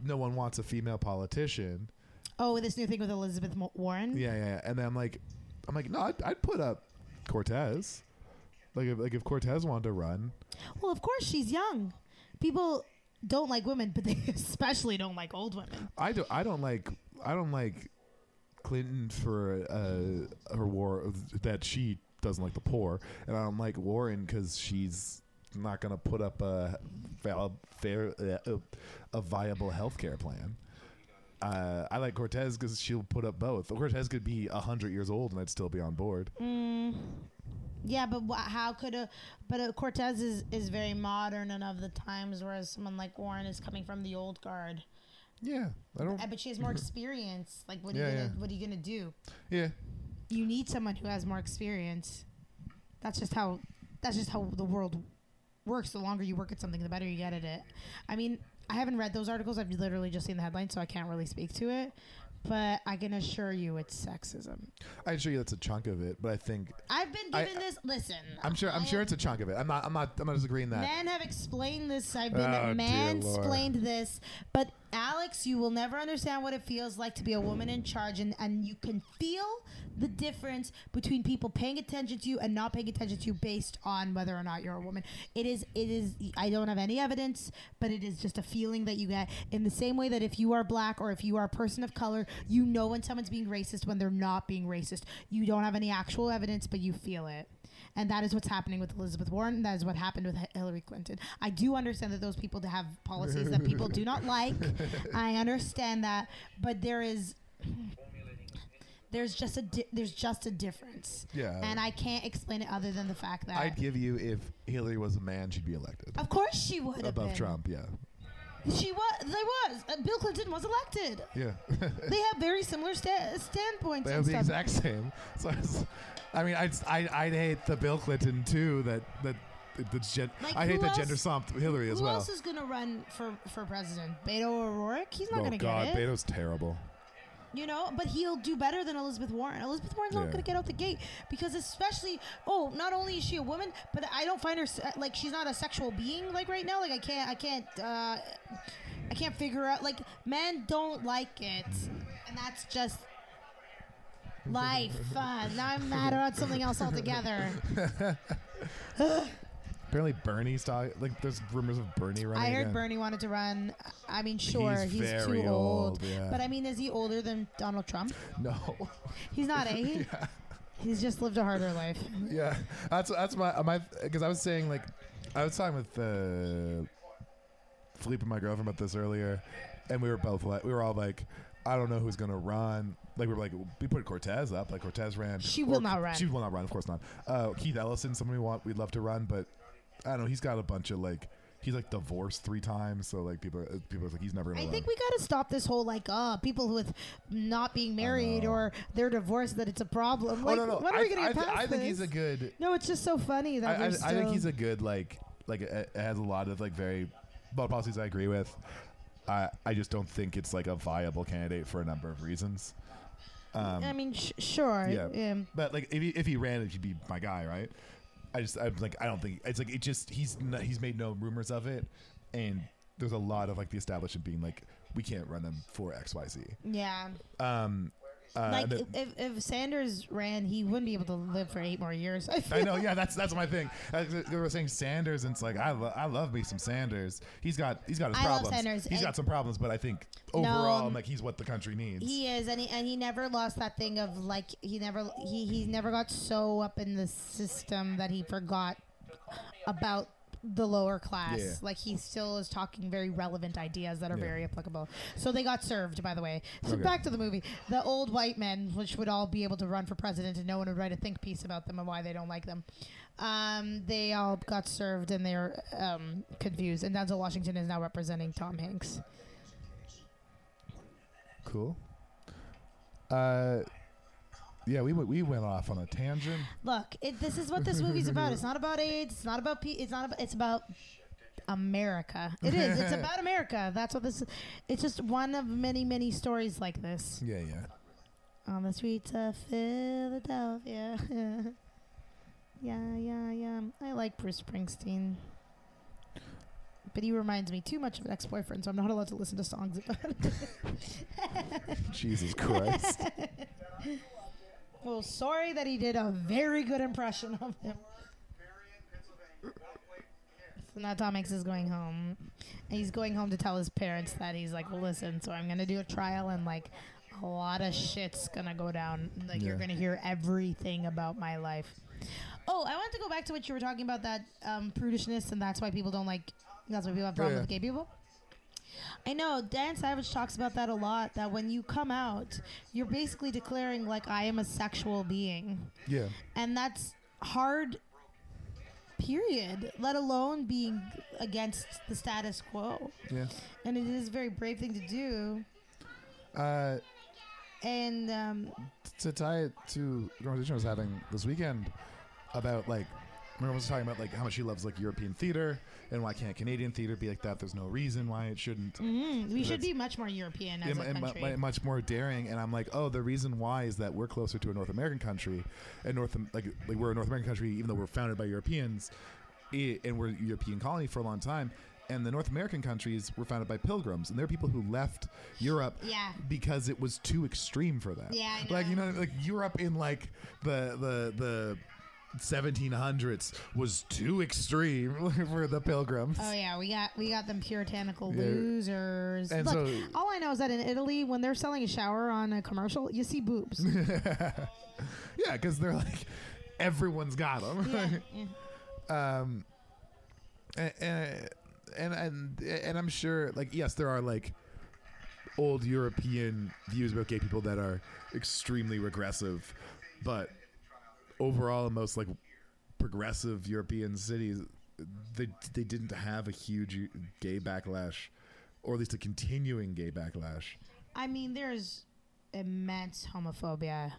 no one wants a female politician." Oh, this new thing with Elizabeth Mo- Warren? Yeah, yeah. yeah. And then I'm like, I'm like, no, I'd, I'd put up Cortez. Like, if, like if Cortez wanted to run, Well, of course, she's young. People don't like women, but they <laughs> especially don't like old women. I don't. I don't like. I don't like Clinton for uh, her war that she doesn't like the poor, and I don't like Warren because she's not gonna put up a val- fair, uh, a viable healthcare plan. Uh, I like Cortez because she'll put up both. Cortez could be hundred years old and I'd still be on board. Mm. Yeah, but wha how could a. But a Cortez is, is very modern and of the times, whereas someone like Warren is coming from the old guard. Yeah, I don't. Uh, But she has more experience. Like, what are Mm-hmm. Yeah, you gonna, yeah. what are you gonna do? Yeah, You need someone who has more experience. That's just how. That's just how the world works. The longer you work at something, the better you get at it. I mean, I haven't read those articles. I've literally just seen the headlines, so I can't really speak to it. But I can assure you, it's sexism. I'd show you that's a chunk of it, but I think I've been I- given this. Listen, I'm sure. I'm I sure am- it's a chunk of it. I'm not. I'm not. I'm not disagreeing that. Men have explained this. I've been Oh, dear mansplained this. But Alex, you will never understand what it feels like to be a woman in charge, and, and you can feel the difference between people paying attention to you and not paying attention to you based on whether or not you're a woman. It is. It is. I don't have any evidence, but it is just a feeling that you get in the same way that if you are black or if you are a person of color, you know when someone's being racist when they're not being racist. You don't have any actual evidence, but you feel it. And that is what's happening with Elizabeth Warren. That is what happened with Hi- Hillary Clinton. I do understand that those people to have policies that people do not like. <laughs> I understand that, but there is there's just a di- there's just a difference. Yeah. And I can't explain it other than the fact that I'd give you if Hillary was a man, she'd be elected of course she would have above Oh, been. Trump. Yeah, She was. They was. Uh, Bill Clinton was elected. yeah, <laughs> They have very similar sta- standpoints. they have and the stuff. exact same. <laughs> So I, was, I mean, I'd, I'd, I'd hate the Bill Clinton too. That that the gen, Like, I hate who that else- gender stomped Hillary as Who well. else is gonna run for for president? Beto O'Rourke. He's not oh gonna God, get it. Beto's terrible. You know, but he'll do better than Elizabeth Warren. Elizabeth Warren's Yeah. not going to get out the gate because, especially, oh, not only is she a woman, but I don't find her se- like she's not a sexual being like right now. Like I can't, I can't, uh, I can't figure out. Like men don't like it, and that's just life. <laughs> Uh, now I'm mad about something else altogether. Apparently Bernie's di- like there's rumors of Bernie <laughs> running. I heard again. Bernie wanted to run. I mean, sure, He's he's, very too old, old, yeah. but I mean, is he older than Donald Trump? <laughs> No, He's not, eh? He's just lived a harder life. yeah, that's that's my my because I was saying like I was talking with uh, Philippe and my girlfriend about this earlier, and we were both like we were all like, I don't know who's gonna run. Like we were like we put Cortez up. Like Cortez ran. She will Or- not run. She will not run. Of course not. Uh, Keith Ellison, someone we want, we'd love to run, but I don't know. He's got a bunch of like he's like divorced three times, so like people are, people are like he's never gonna I run. think we gotta stop this whole like uh people with not being married or they're divorced that it's a problem. oh Like, no no! when are I, we gonna I, get past I think this? he's a good. no, it's just so funny that I, I, there's I think still- he's a good like like uh, has a lot of like very both policies I agree with. I I just don't think it's like a viable candidate for a number of reasons. I mean, sh- sure. Um, Yeah. Yeah. But like if he, if he ran, it, he'd be my guy, right? I just I'm like I don't think it's like it just he's not, he's made no rumors of it, and there's a lot of like the establishment being like we can't run him for X Y Z. Yeah. Um, uh, like and it- if, if Sanders ran, he wouldn't be able to live for eight more years. I feel. I know, yeah, that's that's my thing. That's- They were saying Sanders, and it's like I, lo- I love me some Sanders. He's got he's got his I love problems. Sanders. He's I- got some problems, but I think No, overall, I'm um, like he's what the country needs. He is, and he, and he never lost that thing of like he never he, he never got so up in the system that he forgot about the lower class. Yeah. Like he still is talking very relevant ideas that are Yeah. very applicable. So they got served, by the way. So Okay. back to the movie. The old white men, which would all be able to run for president and no one would write a think piece about them and why they don't like them. Um, they all got served and they're um, confused. And Denzel Washington is now representing Tom Hanks. Cool. Uh, yeah, we went, we went off on a tangent. Look, it, this is what this movie's about. It's not about AIDS. It's not about. P- it's not about. It's about America. It is. It's about America. That's what this. is. It's just one of many, many stories like this Yeah, yeah. on the streets of Philadelphia. <laughs> yeah, yeah, yeah. I like Bruce Springsteen. But he reminds me too much of an ex-boyfriend, so I'm not allowed to listen to songs about it. <laughs> Jesus Christ. <laughs> well, sorry that he did a very good impression of him. Marion, Pennsylvania. Walkway here. So now Tom Hanks is going home. And he's going home to tell his parents that he's like, listen, so I'm gonna do a trial and like a lot of shit's gonna go down. Like you're Yeah. gonna hear everything about my life. Oh, I want to go back to what you were talking about that um, prudishness and that's why people don't like that's why people have Yeah, problems yeah. with gay people. I know Dan Savage talks about that a lot. That when you come out, you're basically declaring like I am a sexual being <laughs> yeah. and that's hard period let alone being against the status quo Yeah. and it is a very brave thing to do Uh, and um, to tie it to the conversation I was having this weekend about like remember I was talking about like how much she loves like European theater and why can't Canadian theater be like that? There's no reason why it shouldn't. mm, we That's- should be much more european as And, a and mu- country mu- much more daring, and I'm like, oh, the reason why is that we're closer to a North American country, and North Am- like like we're a North American country, even though we're founded by Europeans, i and we're a European colony for a long time, and the North American countries were founded by Pilgrims, and they're people who left Europe Yeah. because it was too extreme for them. Yeah, I like you know. know, like Europe in like the the the. 1700s was too extreme <laughs> for the pilgrims. Oh yeah, we got we got them puritanical Yeah. losers. And Look, so- all I know is that in Italy, when they're selling a shower on a commercial, you see boobs. <laughs> Yeah, because they're like everyone's got them. Yeah, yeah. um, and, and and and I'm sure, like, yes, there are like old European views about gay people that are extremely regressive, but overall, in most like progressive European cities, they they didn't have a huge gay backlash, or at least a continuing gay backlash. I mean, there's immense homophobia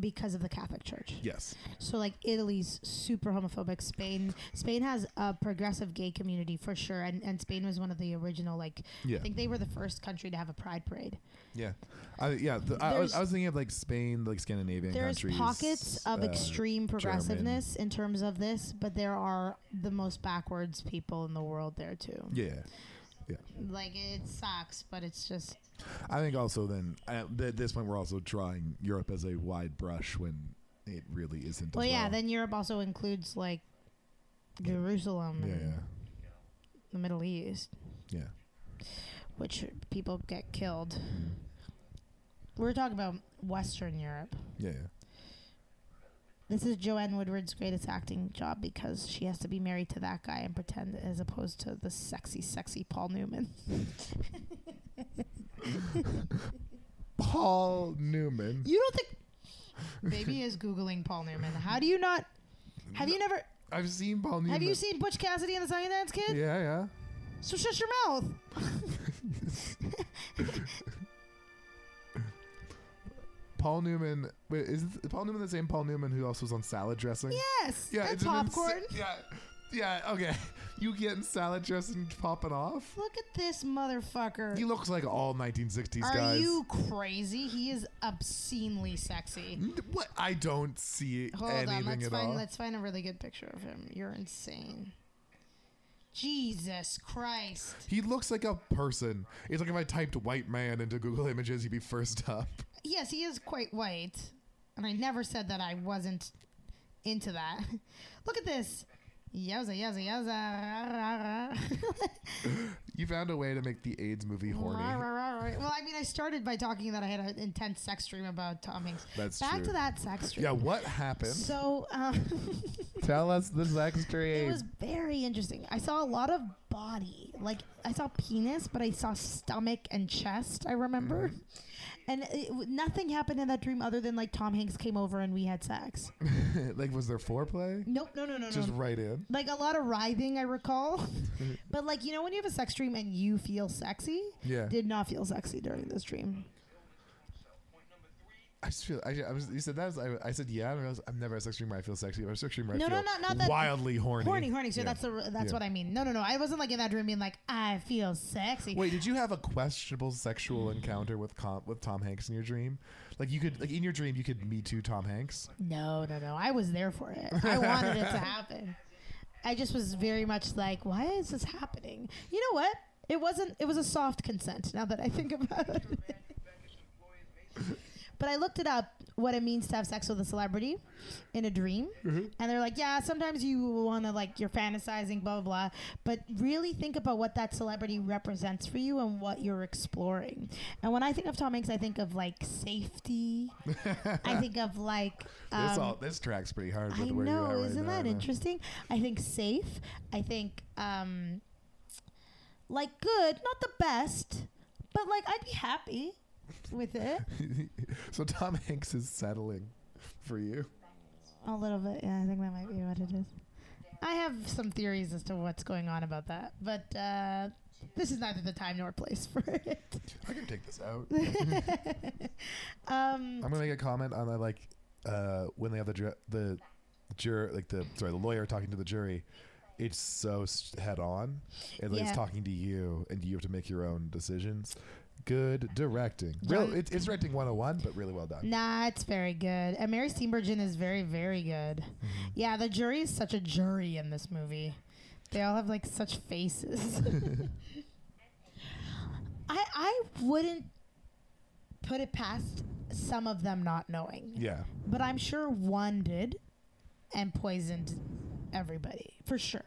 because of the Catholic Church. Yes, So like Italy's super homophobic. Spain Spain has a progressive gay community for sure, and and Spain was one of the original like Yeah. I think they were the first country to have a pride parade. yeah, I, yeah. The, I, I was, There's- I was thinking of like Spain, like Scandinavian There's countries. pockets of uh, extreme progressiveness in terms of this, but there are the most backwards people in the world there too. Yeah. Like it sucks, but it's just I think also then uh, at th- this point we're also drawing Europe as a wide brush when it really isn't. well, as yeah. well. Then Europe also includes like Jerusalem, yeah, and the Middle East. yeah, which people get killed. Mhm. We're talking about Western Europe. yeah, yeah, This is Joanne Woodward's greatest acting job because she has to be married to that guy and pretend, as opposed to the sexy, sexy Paul <laughs> Newman. Paul Newman. You don't think? Baby is googling Paul Newman. How do you not? Have you never? I've seen Paul Newman. Have you seen Butch Cassidy and the Sundance Kid? Yeah, yeah. So shut your mouth. Paul Newman. Wait, is th- Paul Newman the same Paul Newman who also was on salad dressing? Yes. Yeah. it's That's an insa- popcorn. yeah, yeah. Okay, <laughs> you getting salad dressing popping off? Look at this motherfucker. He looks like all 1960s Are guys. you crazy? He is obscenely sexy. N- What? I don't see Hold anything on, let's at find all. let's find a really good picture of him. You're insane. Jesus Christ. He looks like a person. It's like if I typed white man into Google Images, he'd be first up. Yes, he is quite white. And I never said that I wasn't into that. <laughs> Look at this. Yowza, yowza, yowza. rah, <laughs> rah, rah. You found a way to make the AIDS movie Rah, horny. rah, rah, rah. Well, I mean, I started by talking that I had an intense sex dream about Tom Hanks. That's Back true. to that sex dream. Yeah, what happened? So, um, <laughs> Tell us the sex It dream. was very interesting. I saw a lot of body. Like I saw penis, but I saw stomach and chest. I remember, Mm-hmm. and it, w- nothing happened in that dream other than like Tom Hanks came over and we had sex. <laughs> like, was there foreplay? Nope, no, no, no, Mm-hmm. Just Mm-hmm. no. right in. Like a lot of writhing, I recall. <laughs> but like you know when you have a sex dream and you feel sexy, Yeah. did not feel sexy during this dream. I just feel. I, I was. You said that. Was, I, I said yeah. And I was, I'm never a sex dream where I feel sexy. I'm a sex dream where I No, no, feel no, not that- wildly horny. Horny, horny. So Yeah. that's the r- that's Yeah. what I mean. No, no, no. I wasn't like in that dream being like I feel sexy. Wait, did you have a questionable sexual encounter with com- with Tom Hanks in your dream? Like you could, like in your dream, you could me too Tom Hanks. No, no, no. I was there for it. I wanted it to happen. I just was very much like, why is this happening? You know what? It wasn't. It was a soft consent. Now that I think about it. <laughs> But I looked it up what it means to have sex with a celebrity in a dream. And they're like, yeah, sometimes you want to, like, you're fantasizing, blah, blah, blah. But really think about what that celebrity represents for you and what you're exploring. And when I think of Tom Hanks, I think of, like, safety. I think of, like, um, this all this tracks pretty hard I with where know, you're at right isn't now, that yeah. interesting? I think safe. I think um, like good, not the best, but like I'd be happy with it <laughs> so Tom Hanks is settling for you. a little bit. Yeah, I think that might be what it is. I have some theories as to what's going on about that, but uh, this is neither the time nor place for it. <laughs> I can take this out. um, I'm gonna make a comment on the like uh, when they have the ju- the juror like the sorry the lawyer talking to the jury. It's so s- head on, and like Yeah. it's talking to you, and you have to make your own decisions. Good directing, real. John- It's, it's directing 101, but really well done. Nah, it's very good. And Mary Steenburgen is very, very good. Mm-hmm. Yeah, the jury is such a jury in this movie. They all have like such faces. <laughs> I I wouldn't put it past some of them not knowing. Yeah, But I'm sure one did and poisoned everybody. For sure.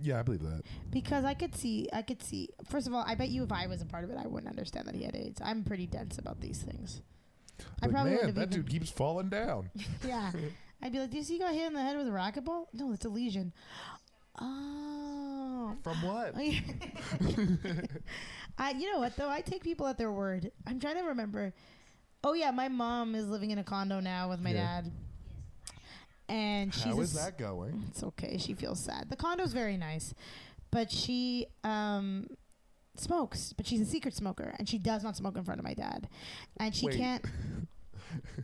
yeah, I believe that. Because I could see I could see first of all, I bet you if I was a part of it I wouldn't understand that he had AIDS. I'm pretty dense about these things. Like, man, wouldn't that have even- dude keeps falling down. <laughs> yeah. I'd be like, do you see you got hit in the head with a rocket ball? No, it's a lesion. Oh. <laughs> From what? I, you know what, though? I take people at their word. I'm trying to remember. Oh, yeah, my mom is living in a condo now with my Yeah. dad. And she's. How a is s- that going? It's okay. She feels sad. The condo's very nice. But she um, smokes, but she's a secret smoker, and she does not smoke in front of my dad. And she Wait. <laughs> can't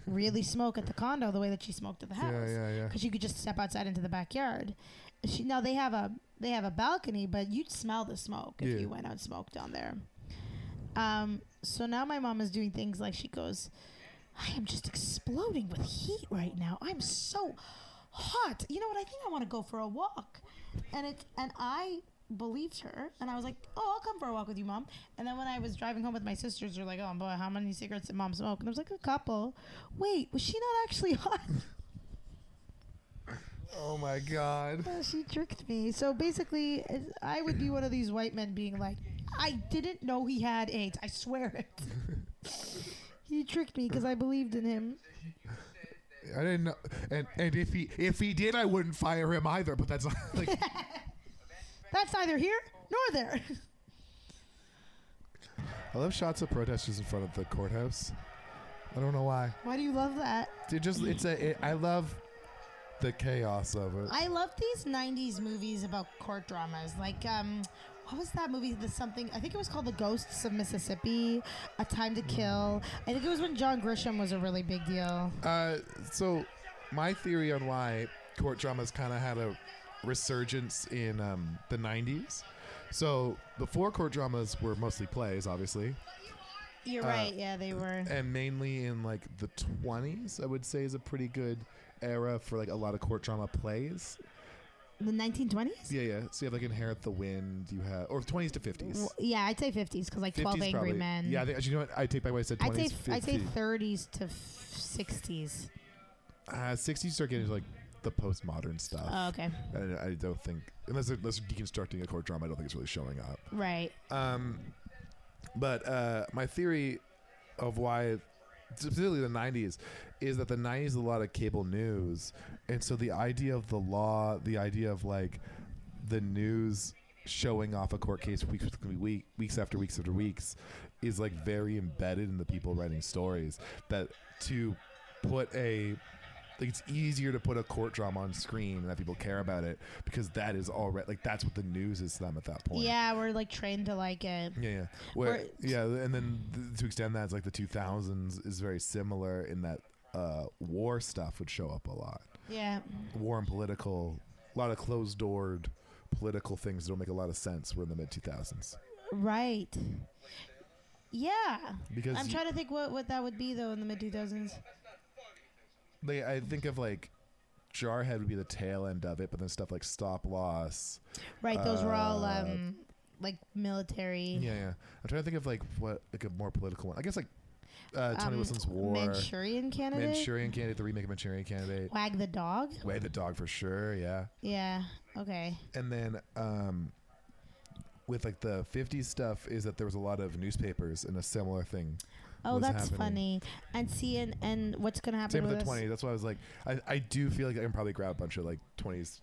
really smoke at the condo the way that she smoked at the house Yeah, yeah, yeah. because you could just step outside into the backyard. She now they have a they have a balcony, but you'd smell the smoke if Yeah. you went out and smoked down there. Um, so now my mom is doing things like she goes, I am just exploding with heat right now. I'm so hot. You know what? I think I want to go for a walk. And it's and I believed her and I was like, Oh, I'll come for a walk with you, mom. And then when I was driving home with my sisters, they're like, Oh boy, how many cigarettes did mom smoke? And I was like, A couple. Wait, was she not actually <laughs> hot? Oh my god. Uh, she tricked me. So basically, it's- I would be one of these white men being like, I didn't know he had AIDS. I swear it. <laughs> he tricked me because I believed in him. I didn't know. And and if he if he did, I wouldn't fire him either. But that's <laughs> like That's neither here nor there. <laughs> I love shots of protesters in front of the courthouse. I don't know why. Why do you love that? It just it's a it, I love the chaos of it. I love these 90s movies about court dramas. Like, um, what was that movie? The something, I think it was called The Ghosts of Mississippi, A Time to Kill. I think it was when John Grisham was a really big deal. Uh, so my theory on why court dramas kind of had a resurgence in um, the 90s. So before court dramas were mostly plays, obviously, You're Uh, right. Yeah, they were. and mainly in like the 20s, I would say is a pretty good era for like a lot of court drama plays. The 1920s? Yeah, yeah. So you have like Inherit the Wind, you have or 20s to 50s. Yeah, I'd say 50s because like 12 50s Angry probably. Men. Yeah, I think, you know what? I take back what I said. 20s, I'd say 50s. I'd say 30s to f- 60s. Uh, 60s start getting into like the postmodern stuff. Oh, okay. And I don't think unless they're, unless they're deconstructing a court drama, I don't think it's really showing up. Right. Um, but uh, my theory of why, specifically the '90s, is that the '90s is a lot of cable news, and so the idea of the law, the idea of like the news showing off a court case weeks after week, weeks after weeks after weeks, is like very embedded in the people writing stories. That to put a like it's easier to put a court drama on screen and that people care about it because that is already like that's what the news is to them at that point. Yeah, we're like trained to like it. Yeah, yeah. Where, Or- yeah, and then th- to extend that, it's like the 2000s is very similar in that uh, war stuff would show up a lot. Yeah. War and political, a lot of closed doored political things that don't make a lot of sense were in the mid 2000s. Right. Yeah. Because I'm you- trying to think what, what that would be though in the mid 2000s. they, I think of like Jarhead would be the tail end of it, but then stuff like Stop Loss. Right. Those were all Uh, um like military. Yeah, yeah. I'm trying to think of like what, like a more political one. I guess like uh, Tony um, Wilson's War, Manchurian candidate. Manchurian Candidate, the remake of Manchurian Candidate. Wag the dog. Way the dog for sure, yeah. Yeah. Okay. and then um, with like the 50s stuff is that there was a lot of newspapers and a similar thing Oh, was that's happening. funny. And see, and, and what's gonna happen same with with the us? 20s that's why i was like i, I do feel like i can probably grab a bunch of like 20s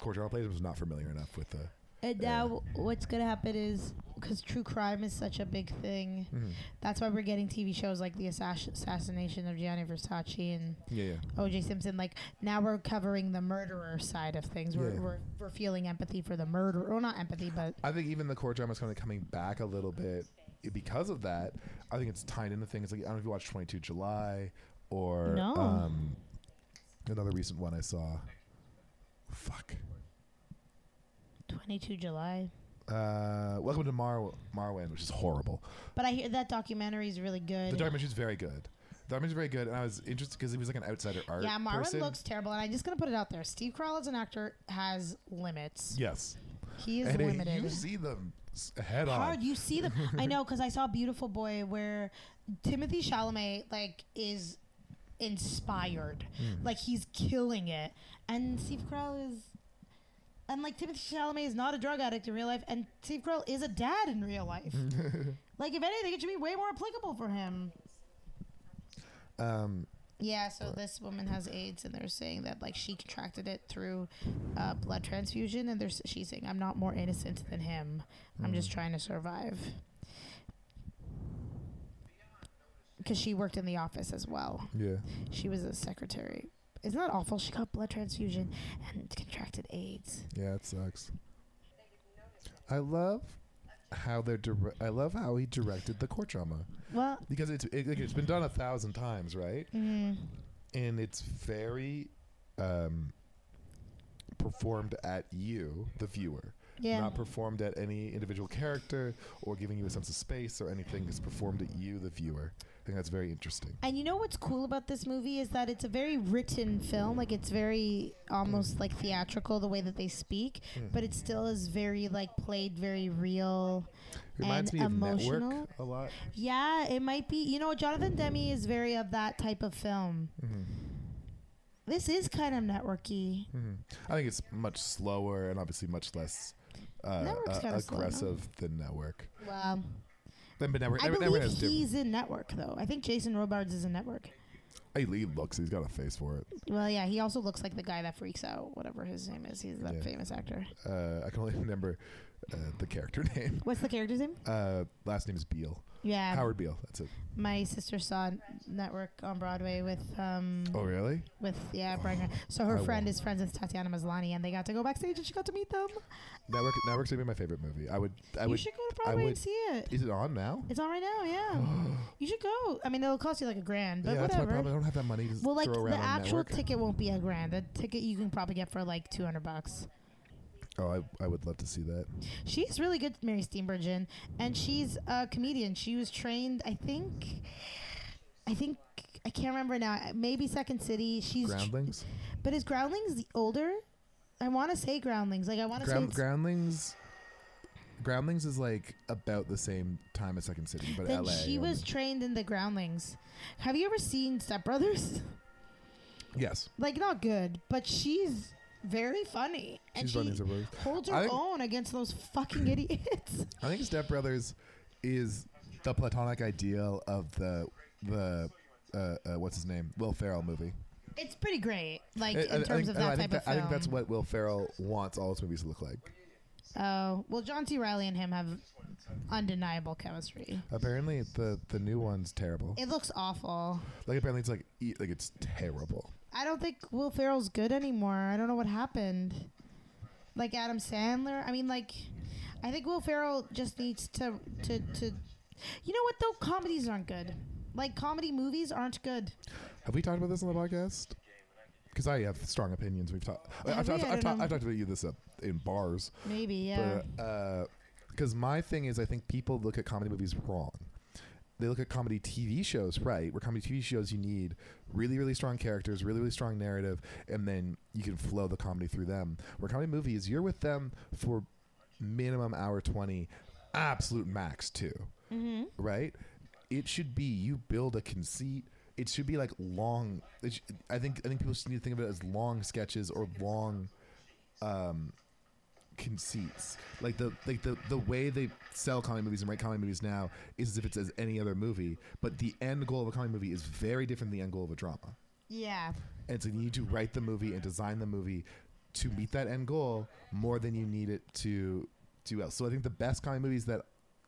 court drama plays i was not familiar enough with the And Yeah. now, Uh, what's gonna happen is because true crime is such a big thing. Mm-hmm. That's why we're getting TV shows like the assass- assassination of Gianni Versace and yeah yeah O.J. Simpson. Like now, we're covering the murderer side of things. We're Yeah. we're, we're feeling empathy for the murderer. Well, not empathy, but i think even the court drama is kind of coming back a little bit because of that i think it's tied into things like i don't know if you watched 22 july or No. um, another recent one i saw fuck 22 July. uh, welcome to Mar- marwan which is horrible But I hear that documentary is really good. The documentary's very good. The documentary's very good, and I was interested because he was like an outsider art. yeah, Marvin person. looks terrible, and I'm just gonna put it out there. Steve Carell as an actor has limits. Yes, He is and it- limited. you see them s- head hard. on. You see them. I know because I saw Beautiful Boy where Timothy Chalamet like is inspired, Hmm. like he's killing it, and Steve Carell is. And like Timothy Chalamet is not a drug addict in real life, and Steve Carell is a dad in real life. Mm. like if anything, it should be way more applicable for him. <laughs> Um, Yeah. So this woman has AIDS, and they're saying that like she contracted it through uh, blood transfusion, and there's she's saying I'm not more innocent than him. I'm just trying to survive. Because she worked in the office as well. yeah, She was a secretary. Isn't that awful? She got blood transfusion and contracted AIDS. yeah, it sucks. I love how they're. Dire- I love how he directed the court drama Well, because it's it, like, it's been done a thousand times, right? mm, And it's very um, performed at you, the viewer. yeah. not performed at any individual character or giving you a sense of space or anything. It's performed at you, the viewer. I think that's very interesting. And you know what's cool about this movie is that it's a very written film. Like it's very almost like theatrical the way that they speak, Mm-hmm. but it still is very like played very real. Reminds And me of emotional. Network a lot. Yeah, it might be. You know, Jonathan Demi is very of that type of film. Mm-hmm, This is kind of networky. I think it's much slower and obviously much less uh, Network's uh, kinda slow, no? aggressive than Network. Well, Then, but Network, I Network, Network believe has different. he's in Network though. I think Jason Robards is in Network. Hey, Lee looks. He's got a face for it. Well, yeah, he also looks like the guy that freaks out, whatever his name is. He's that Yeah. famous actor. Uh, I can only <laughs> remember uh, the character <laughs> name. What's the character's name? Uh, last name is Beale. Yeah, Howard Beale. That's it. my sister saw Network on Broadway with um Oh, really? with yeah Brian. Gra- So her I friend will. is friends with Tatiana Maslany, and they got to go backstage, and she got to meet them. Network. Network's maybe my favorite movie. I would. I you would. should go to Broadway would- and see it. Is it on now? It's on right <gasps> now, yeah. <gasps> <laughs> you should go. I mean, it'll cost you like a grand, but yeah, that's my whatever. problem. I don't have that money to well, like throw around the on actual network. ticket won't be a grand. The ticket you can probably get for like two hundred bucks. Oh, I, I would love to see that. She's really good, Mary Steenburgen, and she's a comedian. She was trained, I think, I think I can't remember now. Maybe Second City. She's, tr- Groundlings. but is Groundlings the older? I want to say Groundlings. Like I want to say. Ground, it's- Groundlings. Groundlings is like about the same time as Second City, but then LA. she only. was trained in the Groundlings. Have you ever seen Step Brothers? Yes. <laughs> Like not good, but she's very funny and She's running she as a rose. holds her I think- own against those <clears throat> fucking idiots. <laughs> I think Step Brothers is the platonic ideal of the the uh, uh, what's his name Will Ferrell movie. It's pretty great, like I- I- in I terms think- of I that think type of that- I film. think that's what Will Ferrell wants all his movies to look like. Oh well, John C. Riley and him have undeniable chemistry. Apparently, the the new one's terrible. It looks awful. Like apparently, it's like e- like it's terrible. I don't think Will Ferrell's good anymore. I don't know what happened. Like Adam Sandler. I mean, like, I think Will Ferrell just needs to to to. You know what though? Comedies aren't good. Like comedy movies aren't good. Have we talked about this on the podcast? Because I have strong opinions. We've talked. I've, Have talked- we? I I've, don't talked- know. I've talked about you this up in bars. Maybe yeah. But uh, because my thing is, I think people look at comedy movies wrong. They look at comedy TV shows right, where comedy TV shows you need really, really strong characters, really, really strong narrative, and then you can flow the comedy through them. Where comedy movies, you're with them for minimum hour twenty, absolute max two, mm-hmm. right? It should be you build a conceit. It should be like long. It sh- I think I think people just need to think of it as long sketches or long um, conceits. Like the like the the way they sell comedy movies and write comedy movies now is as if it's as any other movie, but the end goal of a comedy movie is very different than the end goal of a drama. Yeah. And so you need to write the movie and design the movie to meet that end goal more than you need it to do else. So I think the best comedy movies that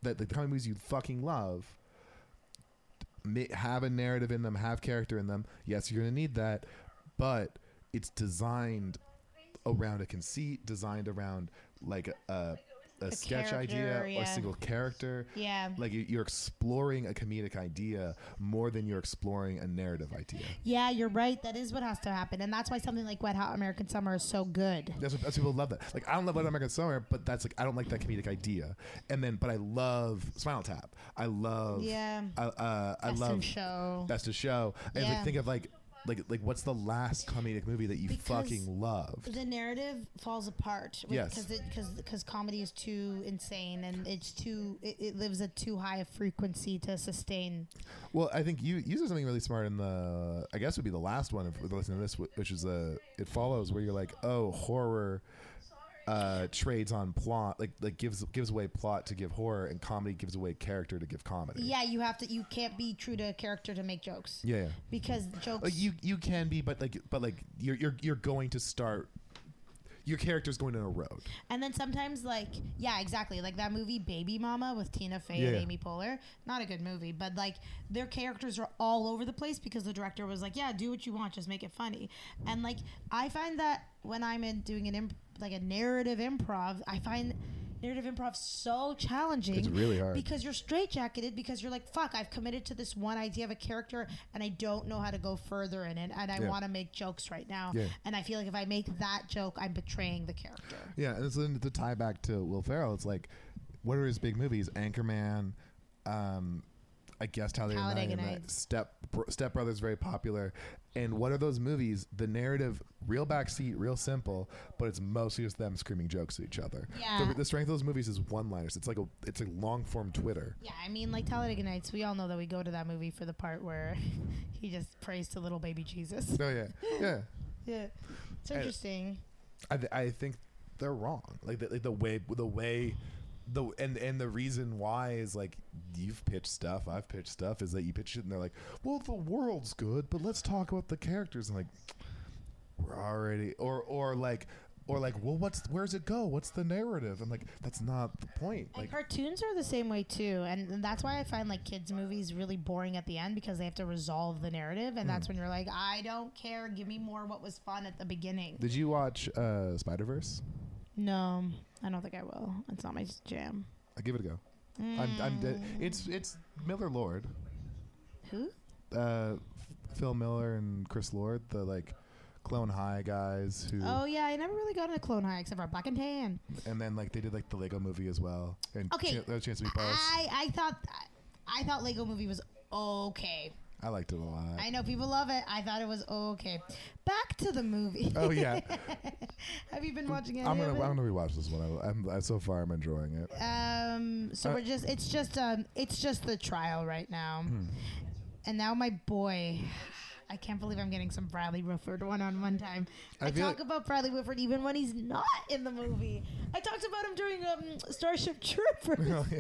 that the comedy movies you fucking love ma- have a narrative in them, have character in them. Yes, you're gonna need that, but it's designed around a conceit, designed around like a, a, a sketch idea character, or yeah. a single character. Yeah. Like you- you're exploring a comedic idea more than you're exploring a narrative idea. Yeah, you're right. That is what has to happen, and that's why something like Wet Hot American Summer is so good. That's what, that's people love that. Like I don't love Wet American Summer, but that's like I don't like that comedic idea. And then, but I love Smile Tap. I love. Yeah. I, uh, I Best in love show. Best of Show. And Yeah. like think of like like like what's the last comedic movie that you Because fucking loved? The narrative falls apart Yes. because because comedy is too insane and it's too it, it lives at too high a frequency to sustain. Well, I think you you said something really smart in the I guess would be the last one if we're listening to this, wh- which is uh, it follows where you're like oh horror. Uh, trades on plot like like gives gives away plot to give horror and comedy gives away character to give comedy Yeah, you have to you can't be true to a character to make jokes yeah, yeah. because jokes. Like you you can be, but like but like you're you're you're going to start. Your character's going on a road. and then sometimes like yeah exactly like that movie Baby Mama with Tina Fey and Yeah. Amy Poehler not a good movie but like their characters are all over the place because the director was like yeah do what you want just make it funny and like I find that when I'm in doing an imp- like a narrative improv I find narrative improv so challenging It's really hard. because you're straitjacketed because you're like fuck I've committed to this one idea of a character and I don't know how to go further in it and I Yeah. want to make jokes right now Yeah. and I feel like if I make that joke I'm betraying the character. Yeah, and so then the tie back to Will Ferrell, it's like, what are his big movies? Anchorman, um, I guess Talladega, Talladega Night, and uh, Nights. Step Bro- Step Brothers very popular. And what are those movies? The narrative, real backseat, real simple, but it's mostly just them screaming jokes at each other. Yeah. The, the strength of those movies is one-liners. It's like a it's a long form Twitter. Yeah, I mean, like Talladega Nights, we all know that we go to that movie for the part where <laughs> he just prays to little baby Jesus. Oh yeah, yeah. <laughs> Yeah, it's I- interesting. I, th- I think they're wrong. Like the, like the way the way the and and the reason why is like you've pitched stuff, I've pitched stuff is that you pitch it and they're like, "Well, the world's good, but let's talk about the characters." And like we're already or or like or like, "Well, what's where's it go? What's the narrative?" And like that's not the point. and Like cartoons are the same way too, and, and that's why I find like kids' movies really boring at the end because they have to resolve the narrative, and Hmm. that's when you're like, I don't care, give me more what was fun at the beginning. did you watch uh Spider-Verse? no, I don't think I will. It's not my jam. I give it a go. I'm I'm dead. it's it's Miller Lord. Who? uh, Phil Miller and Chris Lord, the like Clone High guys who, Oh yeah, I never really got into Clone High except for Black and Tan. and then like they did like the Lego Movie as well, and Okay. Chan- uh, Chance to Meatballs. I, I I thought I thought Lego Movie was okay. liked it a lot. I know people love it. I thought it was okay. Back to the movie. oh yeah, <laughs> Have you been watching any I'm of gonna it? I'm gonna rewatch this one. I, I'm I, so far I'm enjoying it. <laughs> um, so Uh, we're just it's Hmm. just um it's just the trial right now, and now my boy I can't believe I'm getting some Bradley Whitford one on one time. I I, feel talk like- about Bradley Whitford even when he's not in the movie. I talked about him during um, Starship <laughs> Troopers.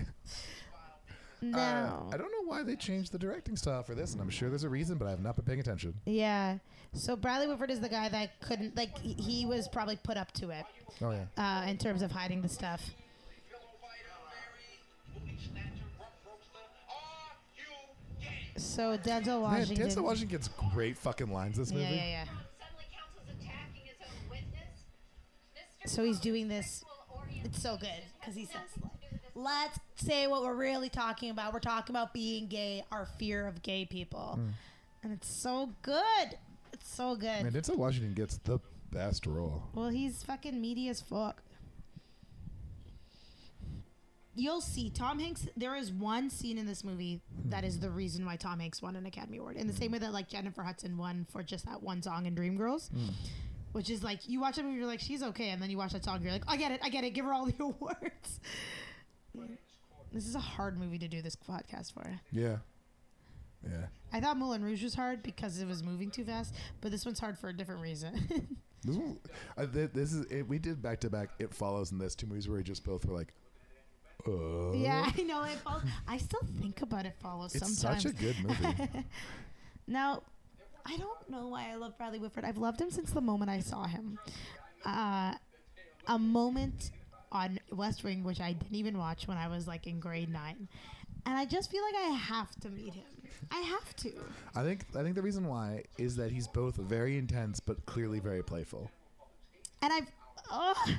no. Uh, I don't know why they changed the directing style for this, and I'm sure there's a reason, but I have not been paying attention. yeah. So Bradley Whitford is the guy that couldn't like he, he was probably put up to it Oh yeah. uh, in terms of hiding the stuff. Pillow fighter, fairy, booty snatcher, rough roaster. Are you gay? So Denzel Man, Washington. Denzel Washington gets great fucking lines this movie. Yeah, yeah, yeah. Suddenly counsel's attacking his own witness. Mr. So he's Cole's doing this- sexual orientation It's so good because he has says, nothing to do with his "Let's say what we're really talking about. We're talking about being gay, our fear of gay people," and it's so good. It's so good. Mm. Man, Denzel Washington gets the best role. well, he's fucking meaty as fuck. You'll see Tom Hanks. There is one scene in this movie that is the reason why Tom Hanks won an Academy Award. In the same way that like Jennifer Hudson won for just that one song in Dreamgirls, which is like you watch that movie, you're like she's okay, and then you watch that song, you're like I get it, I get it, give her all the <laughs> awards. This is a hard movie to do this podcast for. Yeah. Yeah. I thought Moulin Rouge was hard because it was moving too fast, but this one's hard for a different reason. <laughs> This, one, uh, th- this is it. We did back to back. It follows in this two movies where we just both were like, "Uh." yeah, <laughs> I know it follows. I still think about it follows It's sometimes. such a good movie. <laughs> now, I don't know why I love Bradley Whitford. I've loved him since the moment I saw him. Uh, a moment on West Wing, which I didn't even watch when I was like in grade nine, and I just feel like I have to meet him. I have to. I think I think the reason why is that he's both very intense but clearly very playful. and I've ugh,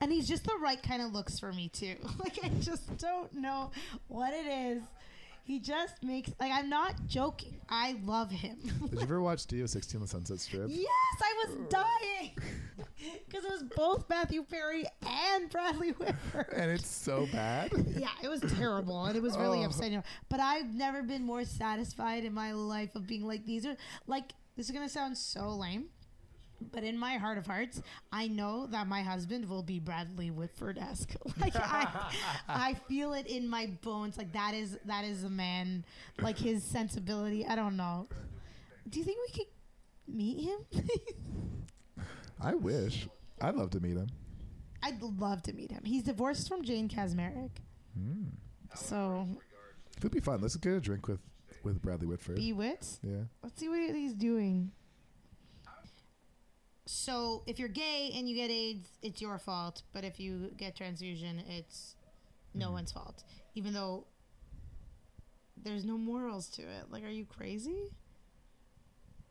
and he's just the right kind of looks for me too. <laughs> Like I just don't know what it is. He just makes like I'm not joking. I love him. <laughs> Did you ever watch Studio 16: The Sunset Strip? yes, I was dying <laughs> because it was both Matthew Perry and Bradley Whitford. And it's so bad. Yeah, it was terrible and it was really Oh. upsetting. But I've never been more satisfied in my life of being like these are like this is gonna sound so lame. But in my heart of hearts, I know that my husband will be Bradley Whitford esque. <laughs> Like I, I feel it in my bones. Like that is that is a man. Like his sensibility. I don't know. Do you think we could meet him? <laughs> I wish. I'd love to meet him. I'd love to meet him. He's divorced from Jane Kasmerick. Hmm. So It would be fun. Let's get a drink with with Bradley Whitford. Bewitz. yeah. Let's see what he's doing. So, if you're gay and you get AIDS, it's your fault. But if you get transfusion, it's no Hmm. one's fault. Even though there's no morals to it. Like, are you crazy?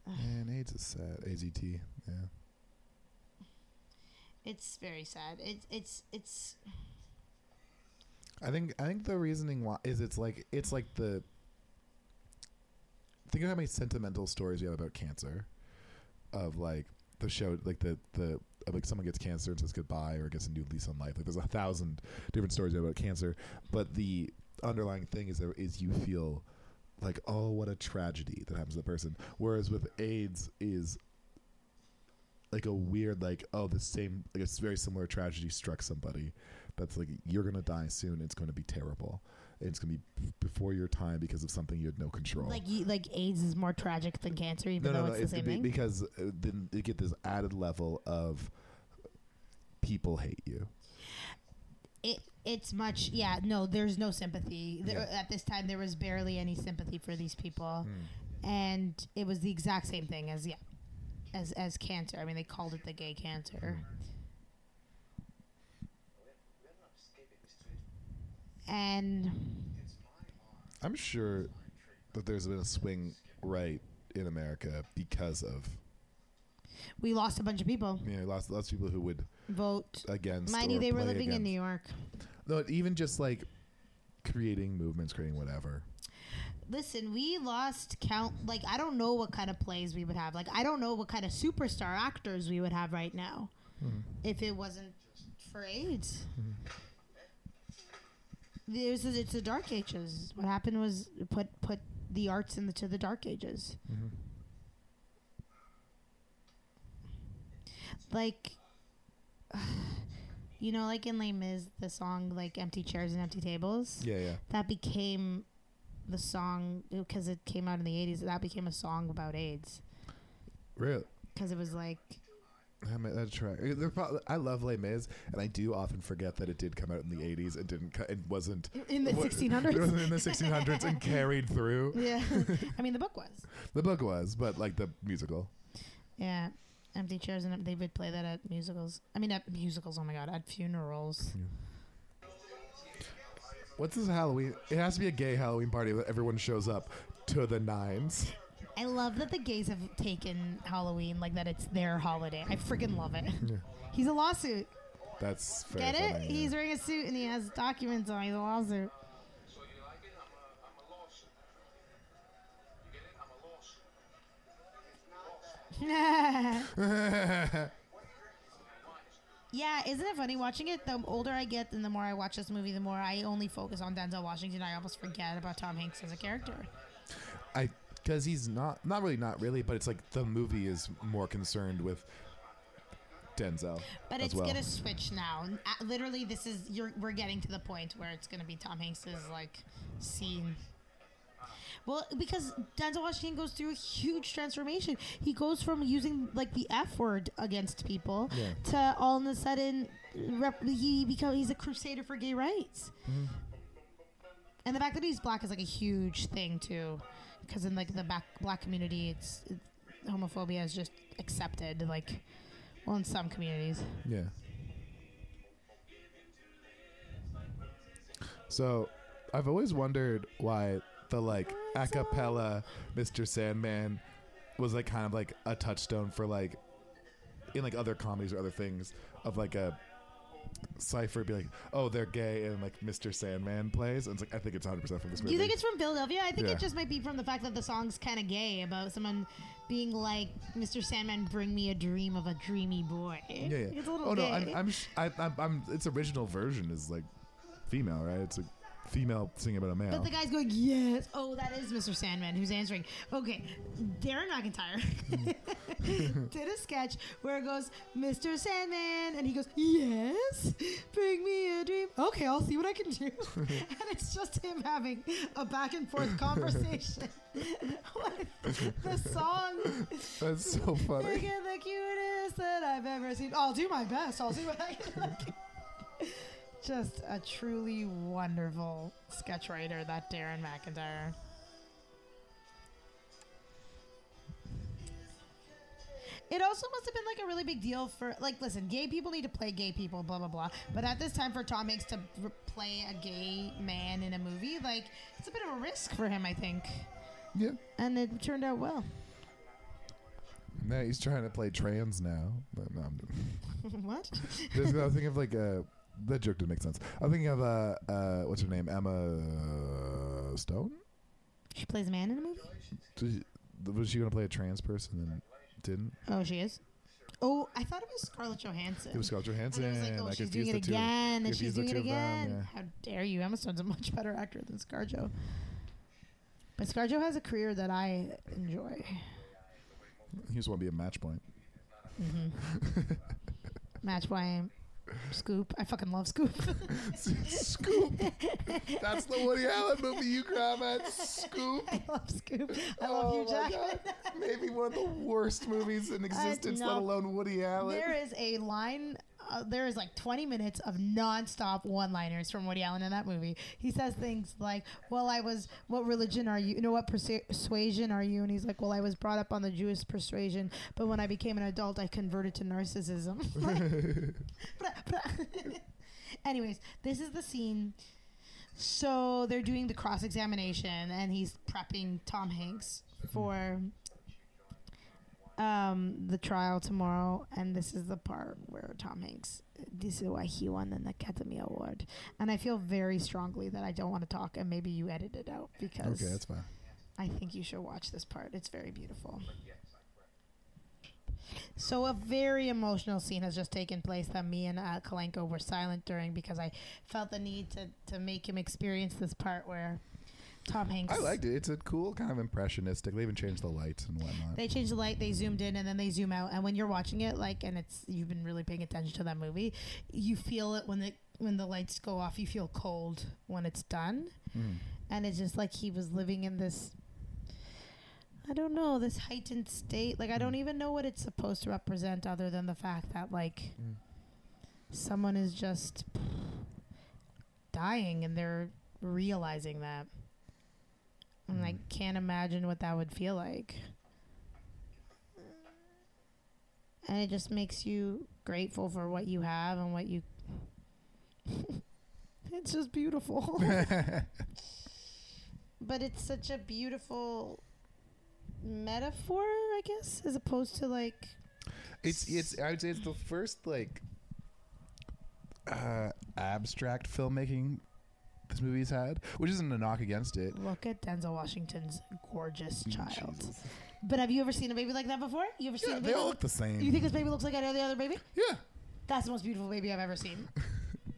And AIDS is sad. AZT. Yeah. It's very sad. It's it's it's I think I think the reasoning why is it's like it's like the think of how many sentimental stories we have about cancer, of like the show like the the of like someone gets cancer and says goodbye or gets a new lease on life. Like there's a thousand different stories about cancer, but the underlying thing is there is you feel like oh what a tragedy that happens to the person. Whereas with AIDS is like a weird like oh the same like it's very similar tragedy struck somebody that's like you're gonna die soon it's gonna be terrible it's gonna be b- before your time because of something you had no control like you, like AIDS is more tragic than cancer, even no no no though it's the same be- thing. because uh, then you get this added level of people hate you it it's much yeah no there's no sympathy there, Yeah. at this time there was barely any sympathy for these people Hmm. Mm-hmm. and it was the exact same thing as yeah as as cancer i mean they called it the gay cancer Mm-hmm. and i'm sure that there's been a swing right in america because of we lost a bunch of people you know lots lots of people who would vote against mighty or they were play living in against. new york no even just like creating movements creating whatever Listen, we lost count. Like, I don't know what kind of plays we would have. Like, I don't know what kind of superstar actors we would have right now if it wasn't for AIDS. There's a, it's the dark ages. What happened was put put the arts into the dark ages. Like, <sighs> you know, like in Les Mis, the song like "Empty Chairs and Empty Tables." yeah yeah that became the song because it came out in the 80s that became a song about aids Really? because it was like I mean, that's right. They're probably, I love Les Mis, and I do often forget that it did come out in the '80s and didn't. co- It wasn't in the wa- <laughs> It 1600s. wasn't in the 1600s and carried through. yeah, <laughs> I mean the book was. The book was, but like the musical. Yeah, empty chairs, and they would play that at musicals. I mean, at musicals. Oh my god, at funerals. What's this Halloween? It has to be a gay Halloween party that everyone shows up to the nines. I love that the gays have taken Halloween like that. It's their holiday. I freaking love it. He's a lawsuit. That's fair. Get it? funny, yeah. <laughs> He's wearing a suit and he has documents on. He's a lawsuit. <laughs> So you like it? I'm a, I'm a lawsuit. You get it? I'm a lawsuit. yeah, isn't it funny watching it? The older I get and the more I watch this movie, the more I only focus on Denzel Washington. I almost forget about Tom Hanks as a character. I because he's not not really not really, but it's like the movie is more concerned with Denzel. But as it's well. gonna switch now. Uh, Literally, this is you're, we're getting to the point where it's gonna be Tom Hanks's like scene. Well, because Denzel Washington goes through a huge transformation. He goes from using like the F word against people Yeah. to all of a sudden rep- he become he's a crusader for gay rights. Mm-hmm. And the fact that he's black is like a huge thing too, because in like the back black community, it's it, homophobia is just accepted. Like, well, in some communities. Yeah. So, I've always wondered why the like a cappella Mr. Sandman was like kind of like a touchstone for like in like other comedies or other things of like a cipher be like, "Oh, they're gay," and like Mr. Sandman plays, and it's like I think it's 100% from this movie. Do you think it's from Philadelphia? I think Yeah. it just might be from the fact that the song's kind of gay about someone being like, "Mr. Sandman, bring me a dream of a dreamy boy." yeah, yeah. It's a little oh no, gay. I'm, I'm, sh- I, I'm, I'm, its original version is like female, right? It's a female singing about a male. but the guy's going, yes. Oh, that is Mr. Sandman who's answering. Okay, Darren McIntyre <laughs> did a sketch where it goes, Mr. Sandman, and he goes, yes, bring me a dream. Okay, I'll see what I can do. <laughs> and it's just him having a back and <laughs> forth conversation <laughs> with the song That's <laughs> so funny. You're the cutest that I've ever seen. I'll do my best. I'll see what I can. Like, <laughs> just a truly wonderful sketch writer, that Darren McIntyre. It also must have been like a really big deal for like listen, gay people need to play gay people, blah blah blah. But at this time, for Tom Hanks to r- play a gay man in a movie, like it's a bit of a risk for him, I think. Yeah. And it turned out well. <laughs> Now he's trying to play trans now. But no, I'm, <laughs> what? There's- I was thinking of like uh, that joke didn't make sense. I'm thinking of uh, uh, what's her name, Emma uh, Stone. She plays a man in a movie? Did she- was she gonna play a trans person and didn't? Oh, she is. Oh, I thought it was Scarlett Johansson. It was Scarlett And Johansson. I was like, oh, I she's confused doing it the two. again, and confused she's the doing it two of them, again. How dare you? Emma Stone's a much better actor than ScarJo. But ScarJo has a career that I enjoy. He just want to be a match point. Mm-hmm. <laughs> Match by Scoop. I fucking love Scoop. <laughs> Scoop. That's the Woody Allen movie you grab at. Scoop. I love Scoop. I Oh love you, Hugh Jackman. Maybe one of the worst movies in existence, let no. alone Woody Allen. There is a line. Uh, there is like 20 minutes of nonstop one-liners from Woody Allen in that movie. He says things like, "Well, I was. What religion are you? You know what persu- persuasion are you?" And he's like, "Well, I was brought up on the Jewish persuasion, but when I became an adult, I converted to narcissism." <laughs> Anyways, this is the scene. So they're doing the cross examination, and he's prepping Tom Hanks for um, the trial tomorrow, and this is the part where Tom Hanks. This is why he won an Academy Award, and I feel very strongly that I don't want to talk, and maybe you edit it out because Okay, that's fine. I think you should watch this part. It's very beautiful. So a very emotional scene has just taken place that me and uh, Kalenko were silent during because I felt the need to, to make him experience this part where Tom Hanks. I liked it. It's a cool kind of impressionistic. They even changed the lights and whatnot. They change the light, they zoomed in, and then they zoom out. And when you're watching it, like, and it's you've been really paying attention to that movie, you feel it when the when the lights go off. You feel cold when it's done, Mm. and it's just like he was living in this. I don't know this heightened state. Like I don't even know what it's supposed to represent, other than the fact that like Mm. someone is just dying and they're realizing that. And I can't imagine what that would feel like. And it just makes you grateful for what you have and what you. <laughs> it's just beautiful. but it's such a beautiful metaphor, I guess, as opposed to like. It's it's I would say it's the first like uh, abstract filmmaking this movie's had, which isn't a knock against it. Look at Denzel Washington's gorgeous child. But have you ever seen a baby like that before? You ever seen Mm, Yeah, a they baby? all look the same. you think this baby looks like any other other baby? yeah. That's the most beautiful baby I've <laughs> ever seen.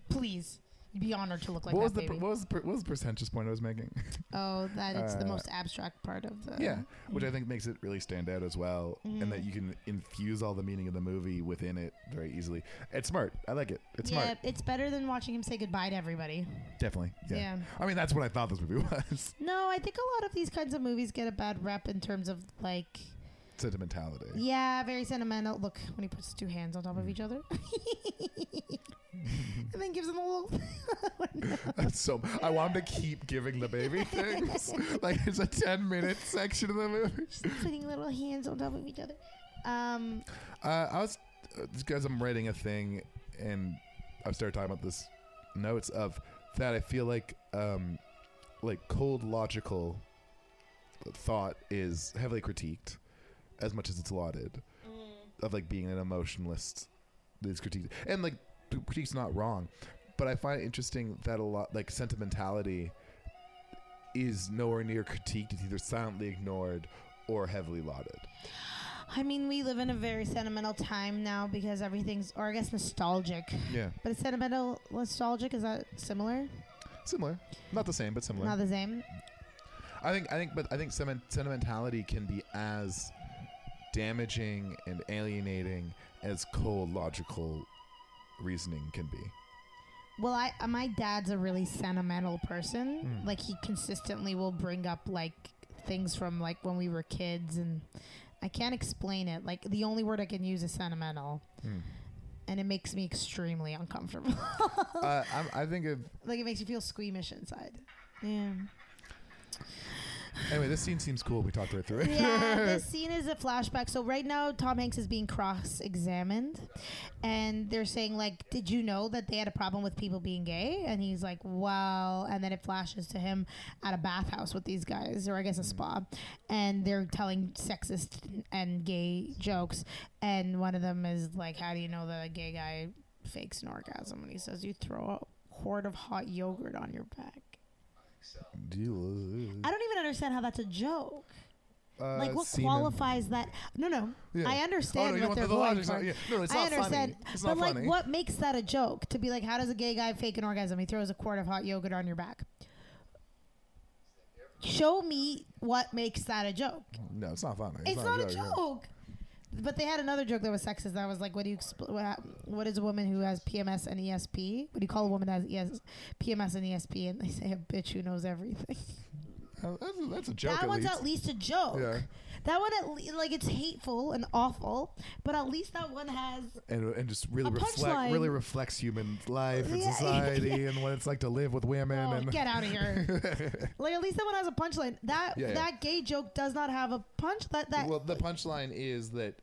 Please, you'd be honored to look like what was that the per- baby. what was the per- what was the percentage point I was making? <laughs> oh, that it's the Uh, most abstract part of the. yeah, which mm. I think makes it really stand out as well, and that you can infuse all the meaning of the movie within it very easily. It's smart. I like it. It's yeah, smart. it's better than watching him say goodbye to everybody. Definitely. Yeah. Yeah. I mean, that's what I thought this movie <laughs> was. No, I think a lot of these kinds of movies get a bad rep in terms of like, Sentimentality. yeah, very sentimental. Look, when he puts two hands on top of each other, <laughs> and then gives him a little. <laughs> That's so I want him to keep giving the baby things. like it's a ten minute section of the movie. putting little hands on top of each other. Um, Uh, I was because I'm writing a thing, and I started talking about this notes of that. I feel like um, like cold logical thought is heavily critiqued as much as it's lauded of like being an emotionalist is critiqued and like the critique's not wrong but i find it interesting that a lot like sentimentality is nowhere near critiqued it's either silently ignored or heavily lauded I mean, we live in a very sentimental time now because everything's, or I guess, nostalgic. yeah But sentimental, nostalgic is that similar? similar not the same but similar Not the same. I think I think but I think sentiment- sentimentality can be as damaging and alienating as cold logical reasoning can be. Well, I uh, my dad's a really sentimental person. Like he consistently will bring up like things from like when we were kids, and I can't explain it. Like the only word I can use is sentimental, and it makes me extremely uncomfortable. <laughs> uh, I'm, I think of like it makes you feel squeamish inside. Yeah. anyway. This scene seems cool. We talked right through it. <laughs> yeah, this scene is a flashback. So right now, Tom Hanks is being cross-examined, and they're saying like, "Did you know that they had a problem with people being gay?" And he's like, "Well," and then it flashes to him at a bathhouse with these guys, or I guess a spa, and they're telling sexist and gay jokes, and one of them is like, "How do you know that a gay guy fakes an orgasm?" And he says, "You throw a quart of hot yogurt on your back." I don't even understand how that's a joke Uh, like what semen. qualifies that no no Yeah. i Oh, no, understand you what want they're the going logic's for not- yeah. No, it's i not funny. understand It's but not like funny. what makes that a joke to be like how does a gay guy fake an orgasm he throws a quart of hot yogurt on your back show me what makes that a joke No, it's not funny. it's not, a joke but they had another joke that was sexist that was like what do you expl- what, hap- what is a woman who has pms and esp what do you call a woman that has E ES- pms and esp and they say a bitch who knows everything <laughs> yeah. Uh, That's, a- that's a joke. that at one's least. at least a joke. Yeah. That one, at le- like, it's hateful and awful, but at least that one has. and, and just really a reflect punchline. really reflects human life and <laughs> Yeah, yeah, society yeah. and what it's like to live with women Oh, and get out <laughs> of here! like, at least that one has a punchline. That Yeah, yeah. that gay joke does not have a punch. That that Well, the punchline is that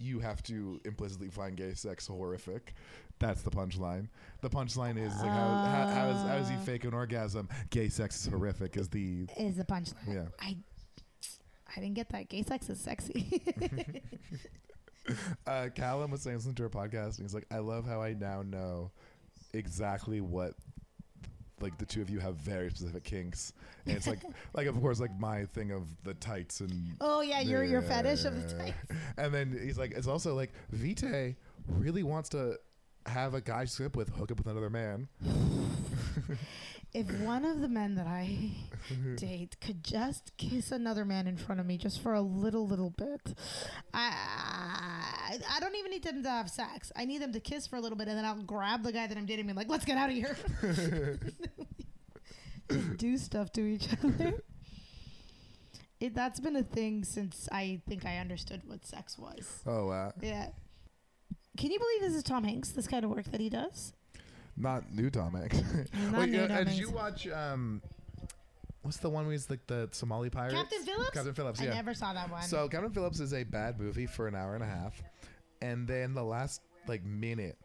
you have to implicitly find gay sex horrific. That's the punchline. The punchline is like how, how, how, is, how does he fake an orgasm? Gay sex is horrific. Is the is the punchline. Yeah. I I didn't get that. Gay sex <laughs> is sexy. <laughs> uh, Callum was saying something to our podcast, and he's like, "I love how I now know exactly what." Like the two of you have very specific kinks, and it's like, like of course, like my thing of the tights and oh yeah, your your fetish of the Yeah. type. <laughs> And then he's like, it's also like Vitae really wants to have a guy slip with hook up with another <laughs> man. If one of the men <laughs> that I date could just kiss another man in front of me just for a little, little bit, I, I don't even need them to have sex. I need them to kiss for a little bit, and then I'll grab the guy that I'm dating and be like, "Let's get out of <laughs> here." just do stuff to each other. it, that's been a thing since I think I understood what sex was. Oh, uh, Yeah. Can you believe this is Tom Hanks? This kind of work that he does. not new Tom Hanks. Not Wait, new uh, Tom uh, did Hanks. you watch um, what's the one where he's like the Somali pirate? Captain Phillips. Captain Phillips. I Yeah. never saw that one. So Captain Phillips is a bad movie for an hour and a half, and then the last like minute,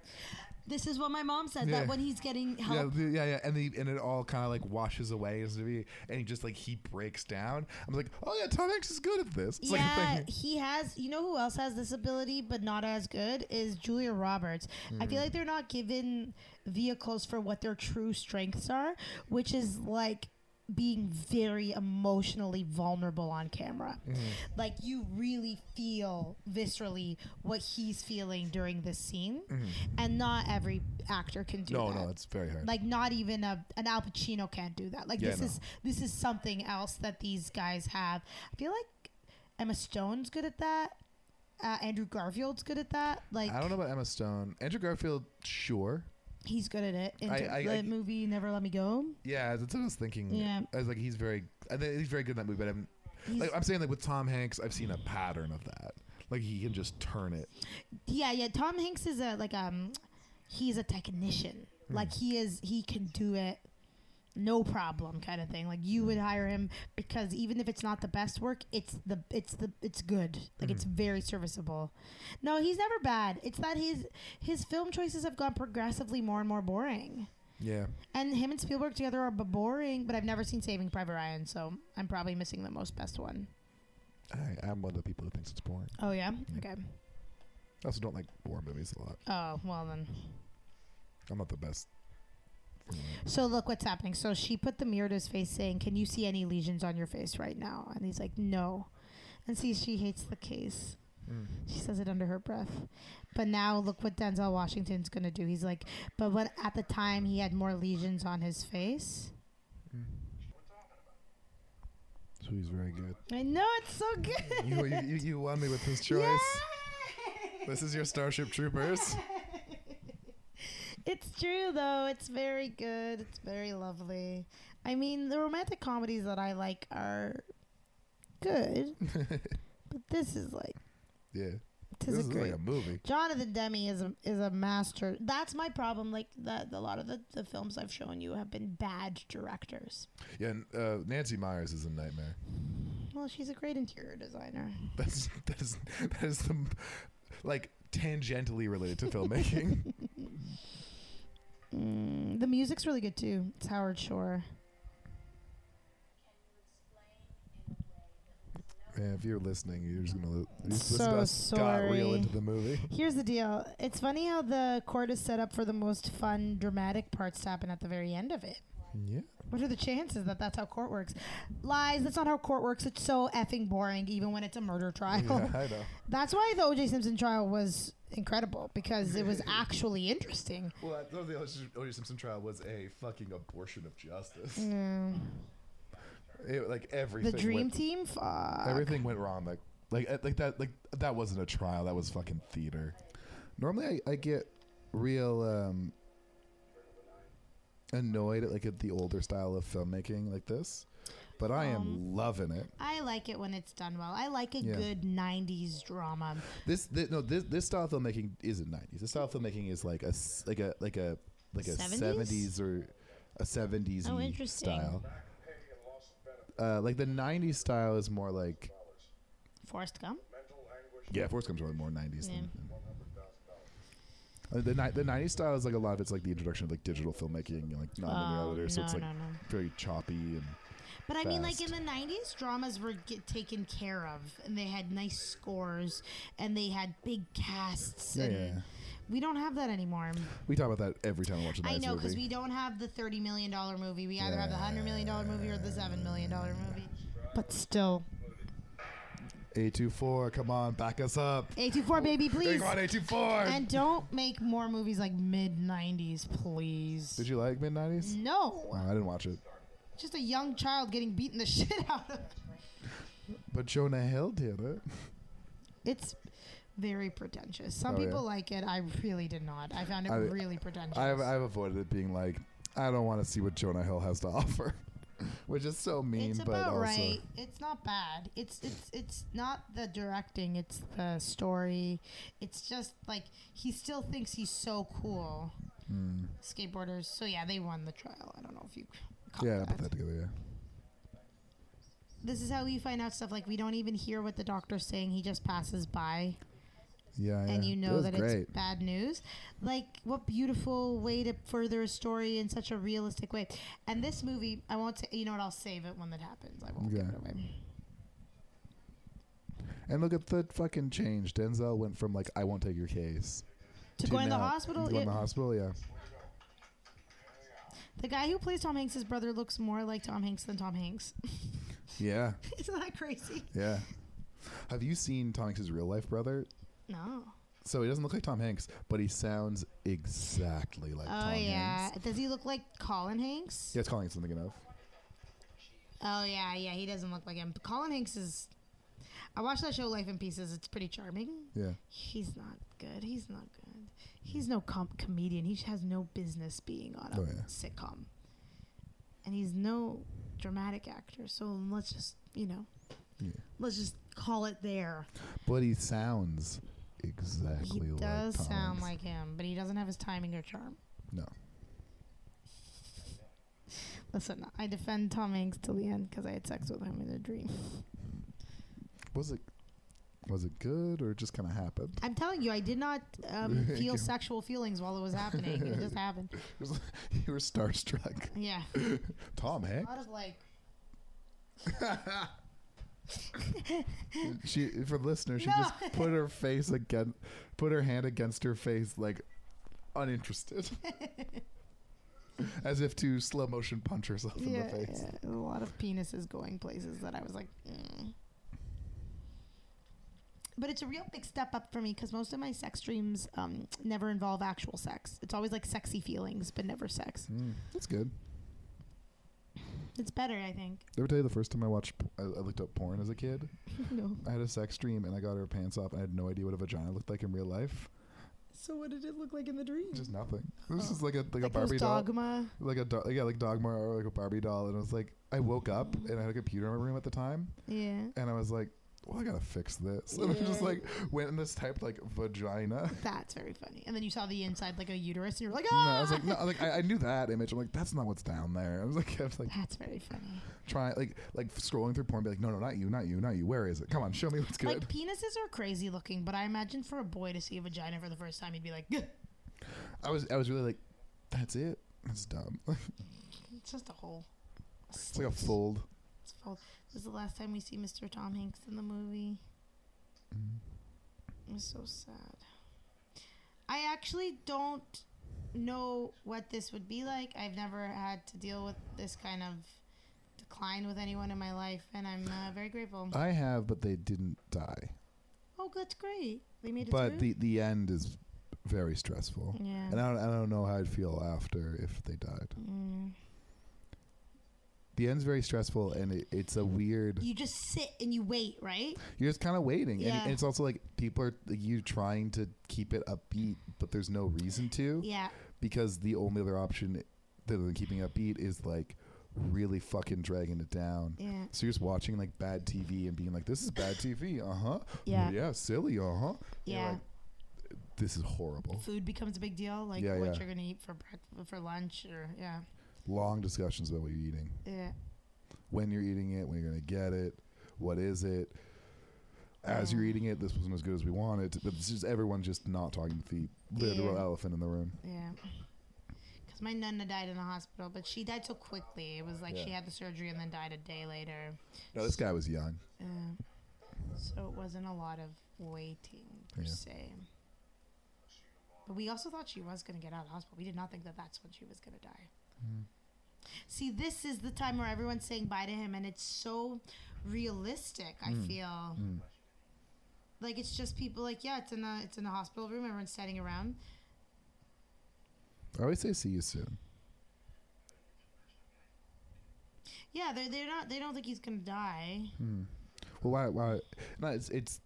this is what my mom says Yeah. that when he's getting yeah, help. the- yeah, yeah, and the and it all kind of like washes away as he and he just like he breaks down. I'm like, oh yeah, Tom Hanks is good at this. It's like a Yeah, thing. he has. You know who else has this ability, but not as good is Julia Roberts. I feel Hmm. like they're not given vehicles for what their true strengths are, which is like being very emotionally vulnerable on camera. Hmm. Like you really feel viscerally what he's feeling during this scene, and not every actor can do Hmm. No, that. no, it's very hard. like not even a an Al Pacino can't do that. Like Yeah, this no. is this is something else that these guys have. I feel like Emma Stone's good at that. Uh, Andrew Garfield's good at that. Like I don't know about Emma Stone, Andrew Garfield, sure. he's good at it. In I- t- I- the I- movie Never Let Me Go. Yeah, that's what I was thinking. Yeah. I was like, he's very, I think he's very good in that movie. But I'm, He's- like, I'm saying like with Tom Hanks, I've seen a pattern of that. Like he can just turn it. Yeah, yeah. Tom Hanks is a like um, he's a technician. Like he is, he can do it, no problem, kind of thing. Like you would hire him because even if it's not the best work, it's the it's the it's good. Like it's very serviceable. No, he's never bad. It's that his his film choices have gone progressively more and more boring. Yeah. And him and Spielberg together are b- boring. But I've never seen Saving Private Ryan, so I'm probably missing the most best one. I, I'm one of the people who thinks it's boring. Oh yeah. Okay. I also don't like war movies a lot. Oh well then. I'm not the best. Mm. So look what's happening. So she put the mirror to his face, saying, "Can you see any lesions on your face right now?" And he's like, "No." And see, she hates the case. She says it under her breath. But now look what Denzel Washington's gonna do. He's like, "But when at the time he had more lesions on his face." So he's very good. I know it's so good. you, you, you, you won me with this choice. <laughs> Yay! This is your Starship <laughs> <laughs> Troopers. It's true though. It's very good. It's very lovely. I mean, the romantic comedies that I like are good, but this is like yeah. this, this is is great. like a movie. Jonathan Demi is a, is a master. That's my problem. Like that, a lot of the, the films I've shown you have been bad directors. Yeah. and, Uh, Nancy Myers is a nightmare. Well, she's a great interior designer. That's that is that is the like tangentially related to <laughs> filmmaking. Mm, the music's really good too. It's Howard Shore. Man, if you're listening, you're just gonna li- you just So listen to us got real sorry. into the movie. Here's the deal. It's funny how the chord is set up for the most fun, dramatic parts to happen at the very end of it. Yeah. <laughs> What are the chances that that's how court works? Lies. That's not how court works. It's so effing boring, even when it's a murder trial. Yeah, I know. <laughs> That's why the O.J. Simpson trial was incredible because it was actually interesting. Well, I thought the O.J. Simpson trial was a fucking abortion of justice. It- like The everything. Dream went, Team. Fuck. Everything went wrong. Like, like, uh, like that. Like that wasn't a trial. That was fucking theater. Normally, I, I get real um, annoyed at like at the older style of filmmaking like this, but I am loving it. I like it when it's done well. I like a Yeah. good '90s drama. This, thi- no, this this style of filmmaking isn't nineties. This style of filmmaking is like a s- like a like a like a 70s? seventies or a seventies Oh, interesting. style. Uh, like the nineties style is more like Forrest Gump. yeah, Force comes from more nineties. Yeah. than Uh, The ni- the nineties style is like a lot of it's like the introduction of like digital filmmaking and like non linearity, Oh, so it's no, like no, no. very choppy and But I mean, like in fast. the '90s, dramas were get taken care of, and they had nice scores, and they had big casts. yeah, and yeah. We don't have that anymore. We talk about that every time we watch a I nice know because movie. we don't have the thirty million dollar movie. We either have the hundred million dollar movie or the seven million dollar movie. But still, A two four, come on, back us up. eight two four baby, please. Come on, A two four. And don't make more movies like mid '90s, please. Did you like mid nineties? No, I didn't watch it. just a young child getting beaten the <laughs> shit out of. But Jonah Hill did it. It's very pretentious. Some Oh, yeah. people like it. I really did not. I found it I- really pretentious. I've, I've avoided it being like, I don't want to <laughs> see what Jonah Hill has to offer. which is so mean, it's but about also right. It's not bad. It's it's it's not the directing. It's the story. It's just like he still thinks he's so cool. Hmm. Skateboarders. So yeah, they won the trial. I don't know if you. caught yeah, put that that. together. This is how you find out stuff. Like we don't even hear what the doctor's saying. He just passes by, Yeah, yeah. and you know was that great. it's bad news. Like what beautiful way to further a story in such a realistic way. And this movie, I won't. T- you know what? I'll save it when that happens. I won't give Okay. it away. And look at the fucking change. Denzel went from like I won't take your case To go in the now- hospital. To go in the yeah. hospital, yeah. The guy who plays Tom Hanks' brother looks more like Tom Hanks than Tom Hanks. <laughs> Yeah, Isn't that crazy? yeah. Have you seen Tom Hanks' real life brother? No. So he doesn't look like Tom Hanks, but he sounds exactly like oh Tom yeah. Hanks. Does he look like Colin Hanks? Yeah, it's calling it something enough. Oh yeah, yeah. He doesn't look like him. But Colin Hanks is. I watched that show Life in Pieces. It's pretty charming. Yeah. He's not good. He's not good. He's no com- comedian. He has no business being on a Oh, yeah. sitcom. And he's no dramatic actor. So let's just you know, Yeah. let's just call it there. But he sounds He exactly like does Tom sound Hanks. like him, but he doesn't have his timing or charm. No. Listen, I defend Tom Hanks till the end because I had sex with him in a dream. Was it was it good or it just kinda happened? <laughs> I'm telling you, I did not um, feel sexual feelings while it was happening. <laughs> It just happened. It was like- you were starstruck. <laughs> Yeah. Tom A Hanks. <laughs> lot of like, <laughs> She for the listener, she No. just put her face again put her hand against her face like <laughs> uninterested. As if to slow motion punch herself yeah, in the face. yeah, a lot of penises going places that I was like, mm. But it's a real big step up for me because most of my sex dreams um, never involve actual sex. It's always like sexy feelings, but never sex. Mm, that's good. It's better, I think. <laughs> Did I ever tell you the first time I watched, p- I, I looked up porn as a kid? no. I had a sex dream and I got her pants off. And I had no idea what a vagina looked like in real life. So what did it look like in the dream? Just nothing. This Oh. is like a like, a like Barbie those doll, dogma. like a do- yeah, like Dogma or like a Barbie doll. And I was like, I woke up Hmm. and I had a computer in my room at the time, Yeah. and I was like, well, I gotta fix this. <laughs> And I just Yeah. like went and just typed like vagina. <laughs> That's very funny. And then you saw the inside like a uterus, and you were like, No, ah! I was like, no, like I, I knew that image. I'm like, that's not what's down there. I was like, <laughs> I was like That's very funny. trying, like, like scrolling through porn, be like, no, no, not you, not you, not you. Where is it? Come on, show me what's good. Like penises are crazy looking, but I imagine for a boy to see a vagina for the first time, he'd be like, <laughs> "Gah." I was, I was really like, that's it. That's dumb. <laughs> it's just a hole. it's like a fold. It's full. This is the last time we see Mr. Tom Hanks in the movie. Mm-hmm. It's so sad. I actually don't know what this would be like. I've never had to deal with this kind of decline with anyone in my life, and I'm uh, very grateful. I have, but they didn't die. oh, that's great. They made it but the through. the end is very stressful, yeah. and I don't, I don't know how I'd feel after if they died. Mm. The end's very stressful, and it, it's a weird. You just sit and you wait, right? You're just kind of waiting, and, Yeah. and it's also like people are like, you trying to keep it upbeat, but there's no reason to Yeah. because the only other option other than keeping it upbeat is like really fucking dragging it down. Yeah. So you're just watching like bad TV and being like, "This is bad TV," uh huh. Yeah. Yeah, silly, uh huh. Yeah. this is horrible. Food becomes a big deal, like Yeah, what yeah. you're gonna eat for breakfast, for lunch, or yeah, Long discussions about what you're eating, yeah. when you're eating it, when you're gonna get it, what is it. As you're eating it, this wasn't as good as we wanted. But it's just everyone just not talking to the literal Yeah. elephant in the room. Yeah. Because my nonna died in the hospital, but she died so quickly. It was like she Yeah. had the surgery and then died a day later. No, this guy was young. Uh, so it wasn't a lot of waiting, per Yeah. se. But we also thought she was going to get out of the hospital. We did not think that that's when she was going to die. Mm-hmm. See, this is the time where everyone's saying bye to him, and it's so realistic, Mm. I feel. Like it's just people like yeah, it's in the it's in the hospital room. Everyone's standing around. I always say, "See you soon." Yeah, they're they're not they don't think he's gonna die. Well, why? Why? No, it's it's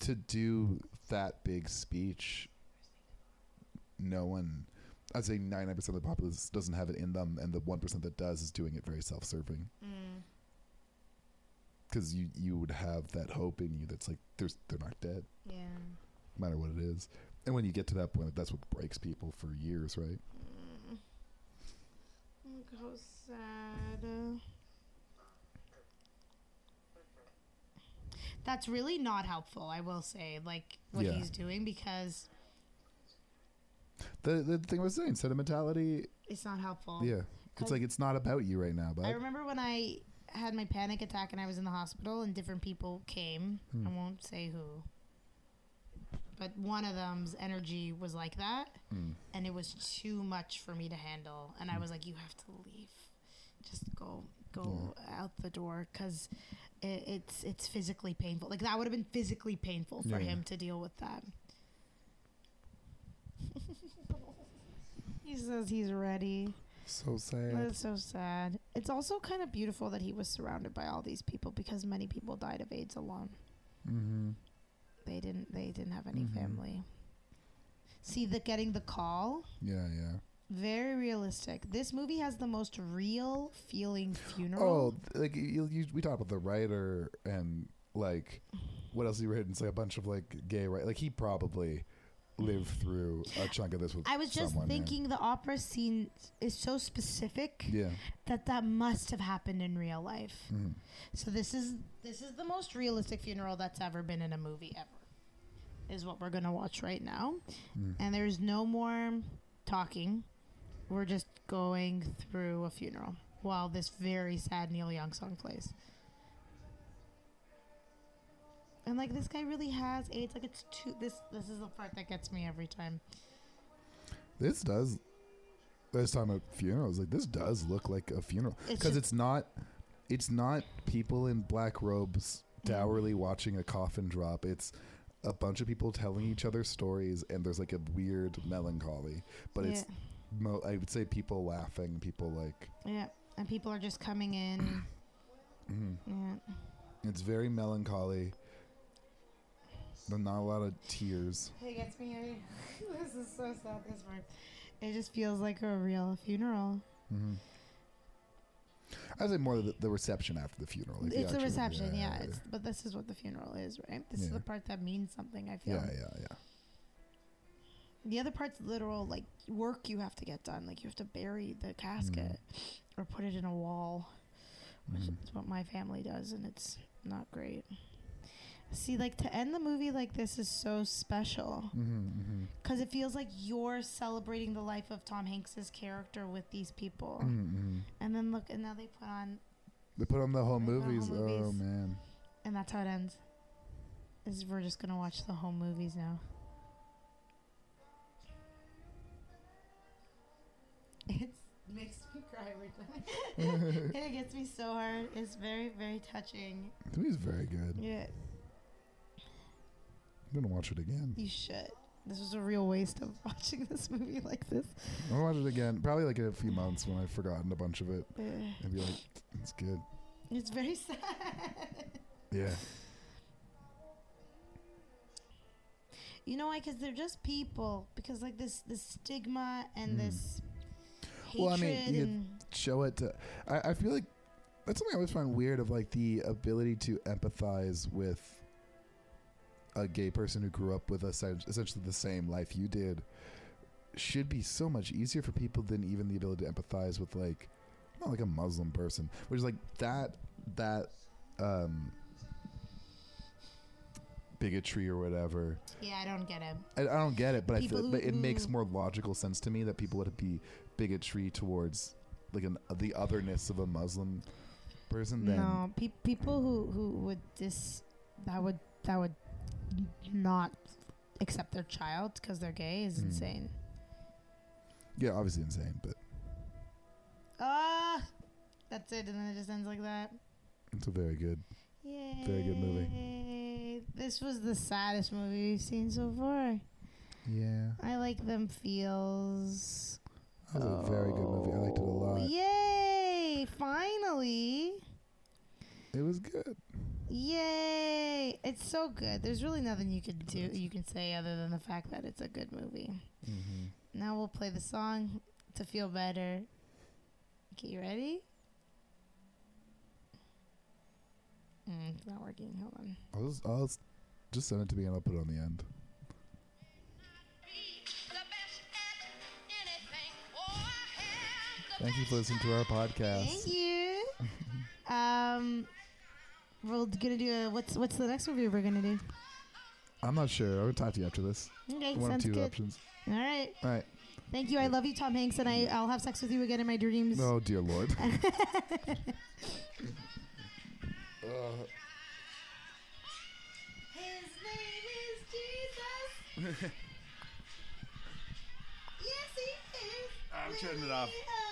to do that big speech. No one I'd say 99% of the populace doesn't have it in them, and the 1% that does is doing it very self serving. Because you, you would have that hope in you that's like, there's, they're not dead, Yeah. no matter what it is. And when you get to that point, that's what breaks people for years, right? Mm. Look how sad. That's really not helpful, I will say, like what Yeah. he's doing because The, the thing I was saying, sentimentality, it's not helpful. yeah. It's like, it's not about you right now, but I remember when I had my panic attack and I was in the hospital and different people came. Hmm. I won't say who. But one of them's energy was like that Hmm. and it was too much for me to handle and I was like you have to leave. Just go go out the door cuz it, it's it's physically painful. Like that would have been physically painful for Yeah. him to deal with that. <laughs> he says he's ready. so sad. That's so sad. It's also kind of beautiful that he was surrounded by all these people because many people died of AIDS alone. mm-hmm. They didn't. They didn't have any Mhm. family. See, the getting the call Yeah, yeah. very realistic. This movie has the most real feeling Oh, funeral. th- like you, you, we talked about the writer and like what else he written? It's like a bunch of like gay right. Like he probably lived through a chunk of this with. I was just Oh, someone, yeah. thinking the opera scene is so specific Yeah. that that must have happened in real life. Mhm. So this is this is the most realistic funeral that's ever been in a movie ever. Is what we're gonna watch right now, Mm-hmm. and there's no more talking. We're just going through a funeral while this very sad Neil Young song plays. And like this guy really has AIDS. Like it's too. This this is the part that gets me every time. This does. This time at funerals, like this does look like a funeral It's because just- it's not. It's not people in black robes dourly watching a coffin drop. It's a bunch of people telling each other stories, and there's like a weird melancholy. But it's mo- I would say people laughing, people like Yeah, and people are just <clears throat> coming in. Mm-hmm. Yeah, it's very melancholy. There's not a lot of tears. it gets me. every- <laughs> this is so sad. This part. It just feels like a real funeral. I'd say more the, the reception after the funeral. like the it's a actual- reception, yeah. yeah, It's, but this is what the funeral is, right? This is Yeah. the part that means something. I feel. yeah, yeah, yeah. The other part's literal, like work you have to get done. Like you have to bury the casket Mm-hmm. or put it in a wall. Which is what my family does, and it's not great. See, like to end the movie like this is so special. Mm-hmm, because it feels like you're celebrating the life of Tom Hanks's character with these people. hmm hmm And then look, and now they put on, They put on the whole They put on movies. whole Oh movies. man, and that's how it ends. Is we're just gonna watch the home movies now. <laughs> It makes me cry every time. <laughs> it gets me so hard. It's very, very touching. the movie's very good. Yeah, I'm gonna watch it again. you should. This was a real waste of <laughs> watching this movie like this. I'm gonna watch it again. Probably like in a few months when I've forgotten a bunch of it Ugh. and be like, it's good. It's very <laughs> sad. Yeah. You know why? Because they're just people. Because like this, this stigma and Mm. this hatred Well, I mean, you- and show it to I, I feel like that's something I always find weird of like the ability to empathize with a gay person who grew up with essen- essentially the same life you did should be so much easier for people than even the ability to empathize with like not like a Muslim person which is like that that um bigotry or whatever yeah, I don't get it. I, I don't get it, but I People feel, who- mm. but it makes who- more logical sense to me that people would be bigotry towards like an the otherness of a Muslim person than No, pe- people who who would dis that would that would not accept their child because they're gay is Mm. insane. yeah, obviously insane, but Ah, that's it, and then it just ends like that. it's a very good. Yay. Very good movie. This was the saddest movie we've seen so far. Yeah, I like them feels. that was a very good movie. I liked it a Oh, lot. Yay! Finally. It was good. Yay! It's so good. There's really nothing you can do you can say other than the fact that it's a good movie. Mm-hmm. Now we'll play the song to feel better. Okay, you ready? Mm, it's not working. Hold on. I'll just, I'll s- just send it to me and I'll put it on the end. Thank you for listening <laughs> to our Thank podcast. <laughs> you. um, we're gonna do a what's what's the next movie we're gonna do? I'm not sure. I'm gonna talk to you after this. Okay, One of sounds two uh, good. options. All right. All right. Thank you. I love you, Tom Hanks, and I I'll have sex with you again in my dreams. Oh dear <laughs> lord. His name is Jesus. yes, he is. I'm turning it off. Lily of